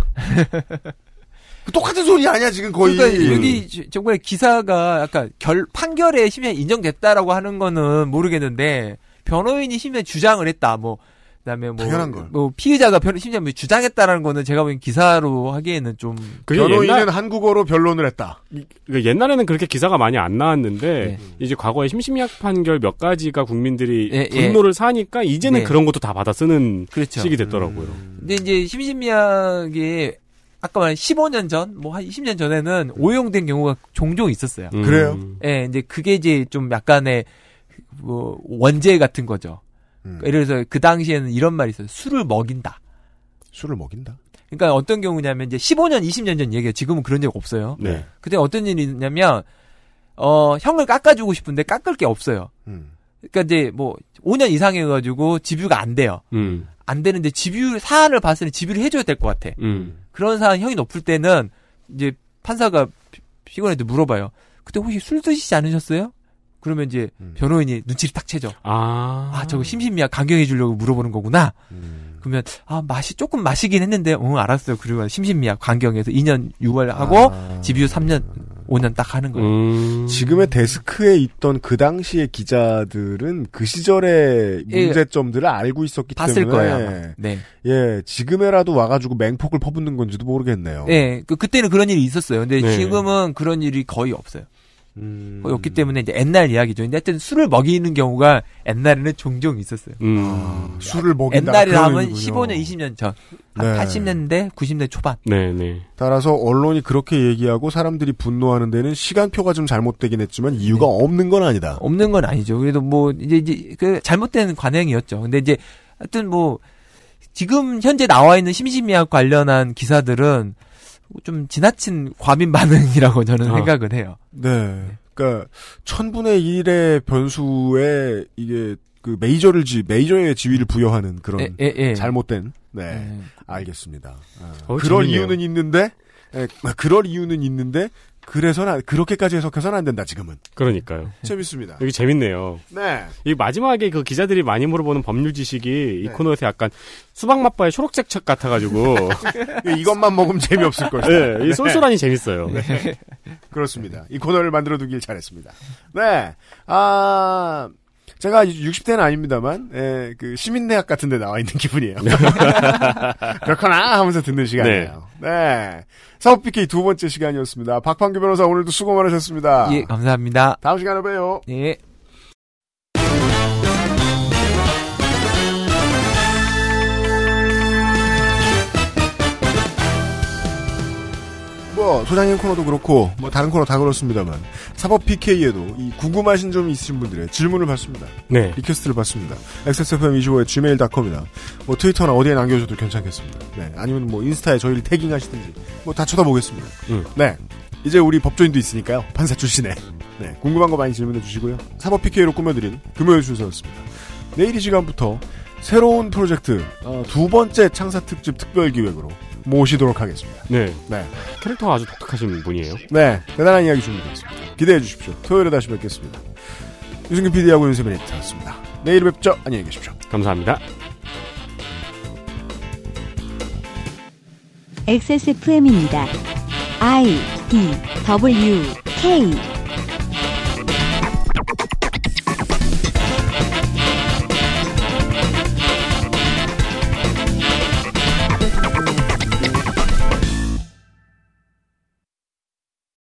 똑같은 소리 아니야 지금 거의. 음.
그러니까 여기 지- 정말 기사가 아까 결 판결에 심의 인정됐다라고 하는 거는 모르겠는데 변호인이 심의 주장을 했다 뭐 그다음에 뭐,
당연한 걸.
뭐 피의자가 변 심지어 뭐 주장했다라는 거는 제가 보기엔 기사로 하기에는 좀
그게
변호인은
옛날-
한국어로 변론을 했다.
그 옛날에는 그렇게 기사가 많이 안
예.
나왔는데 이제 과거에 심심이학 판결 몇 가지가 국민들이
예, 예.
분노를 사니까 이제는
네.
그런 것도 다 받아 쓰는
그렇죠.
식이 됐더라고요.
근데 이제 심신미약이 아까 말한 15년 전, 뭐 한 20년 전에는 오용된 경우가 종종 있었어요.
음.
그래요?
예, 이제 그게 이제 좀 약간의 뭐 원죄 같은 거죠.
음.
예를 들어서 그 당시에는 이런 말이 있어요. 술을 먹인다.
술을 먹인다.
그러니까 어떤 경우냐면 이제 15년, 20년 전 얘기예요. 지금은 그런 적 없어요.
네.
그때 어떤 일이 있냐면 어, 형을 깎아주고 싶은데 깎을 게 없어요.
음.
그러니까 이제 뭐 5년 이상 해가지고 집유가 안 돼요.
음.
안 되는데 집유 사안을 봤을 때 집유를 해줘야 될 것 같아.
음.
그런 사안 형이 높을 때는 이제 판사가 피- 피고인한테 물어봐요. 그때 혹시 술 드시지 않으셨어요? 그러면 이제
음,
변호인이 눈치를 딱 채죠.
아.
아 저거 심심미약 강경해 주려고 물어보는 거구나.
음.
그러면 아 맛이 조금 마시긴 했는데 응 알았어요. 그리고 심심미약 강경해서 2년 6월 하고
아.
집유 3년 5년 딱 하는 거예요.
음.
지금의 데스크에 있던 그 당시의 기자들은 그 시절의
예.
문제점들을 알고 있었기
봤을
때문에
거예요. 아마. 네.
예, 지금에라도 와가지고 맹폭을 퍼붓는 건지도 모르겠네요.
예, 그, 그때는 그런 일이 있었어요. 근데
네.
지금은 그런 일이 거의 없어요.
음.
거의 없기 때문에 이제 옛날 이야기죠. 근데 하여튼 술을 먹이는 경우가 옛날에는 종종 있었어요.
음.
술을 먹인다.
옛날이라
그런
하면
의미군요.
15년, 20년 전. 한
네.
80년대, 90년대 초반.
네네.
따라서 언론이 그렇게 얘기하고 사람들이 분노하는 데는 시간표가 좀 잘못되긴 했지만 이유가
네.
없는 건 아니다.
없는 건 아니죠. 그래도 뭐, 이제, 이제, 그, 잘못된 관행이었죠. 근데 이제, 하여튼 뭐, 지금 현재 나와 있는 심심미약 관련한 기사들은 좀 지나친 과민 반응이라고 저는
아.
생각을 해요.
네. 그러니까 천분의 일의 변수에 이게 그 메이저를 지 메이저의 지위를 부여하는 그런
예, 예, 예.
잘못된 네 알겠습니다. 아,
어,
그럴
재밌네요.
이유는 있는데 예, 그럴 이유는 있는데 그래서는 안- 그렇게까지 해석해서는 안 된다 지금은
그러니까요.
재밌습니다.
여기 재밌네요.
네.
이 마지막에 그 기자들이 많이 물어보는 법률 지식이 이
네.
코너에서 약간 수박 맛바의 초록색 책 같아가지고
이것만 먹으면 재미없을 것이다.
네, 이 쏠쏠하니 재밌어요.
네. 그렇습니다. 이 코너를 만들어 두길 잘했습니다. 네. 아, 제가 60대는 아닙니다만, 예, 그, 시민대학 같은 데 나와 있는 기분이에요. 그렇구나 하면서 듣는 시간이에요. 네. 사업 BK 두 번째 시간이었습니다. 박판규 변호사 오늘도 수고 많으셨습니다.
예, 감사합니다.
다음 시간에 봬요.
예.
뭐, 소장님 코너도 그렇고, 뭐, 다른 코너 다 그렇습니다만, 사법 PK에도 이 궁금하신 점이 있으신 분들의 질문을 받습니다.
네.
리퀘스트를 받습니다. xsfm25에 gmail.com이나 뭐 트위터나 어디에 남겨줘도 괜찮겠습니다. 네, 아니면 뭐 인스타에 저희를 태깅하시든지 뭐 다 쳐다보겠습니다.
음.
네. 이제 우리 법조인도 있으니까요. 판사 출신에. 네. 궁금한 거 많이 질문해 주시고요. 사법 PK로 꾸며드린 금요일 순서였습니다. 내일 이 시간부터 새로운 프로젝트 어, 두 번째 창사 특집 특별 기획으로 모시도록 하겠습니다.
네.
네.
캐릭터가 아주 독특하신 분이에요.
네, 대단한 이야기 준비되었습니다. 기대해 주십시오. 토요일에 다시 뵙겠습니다. 유승균 PD하고 윤세민 에디터였습니다. 내일 뵙죠. 안녕히 계십시오.
감사합니다.
XSFM입니다. I D W K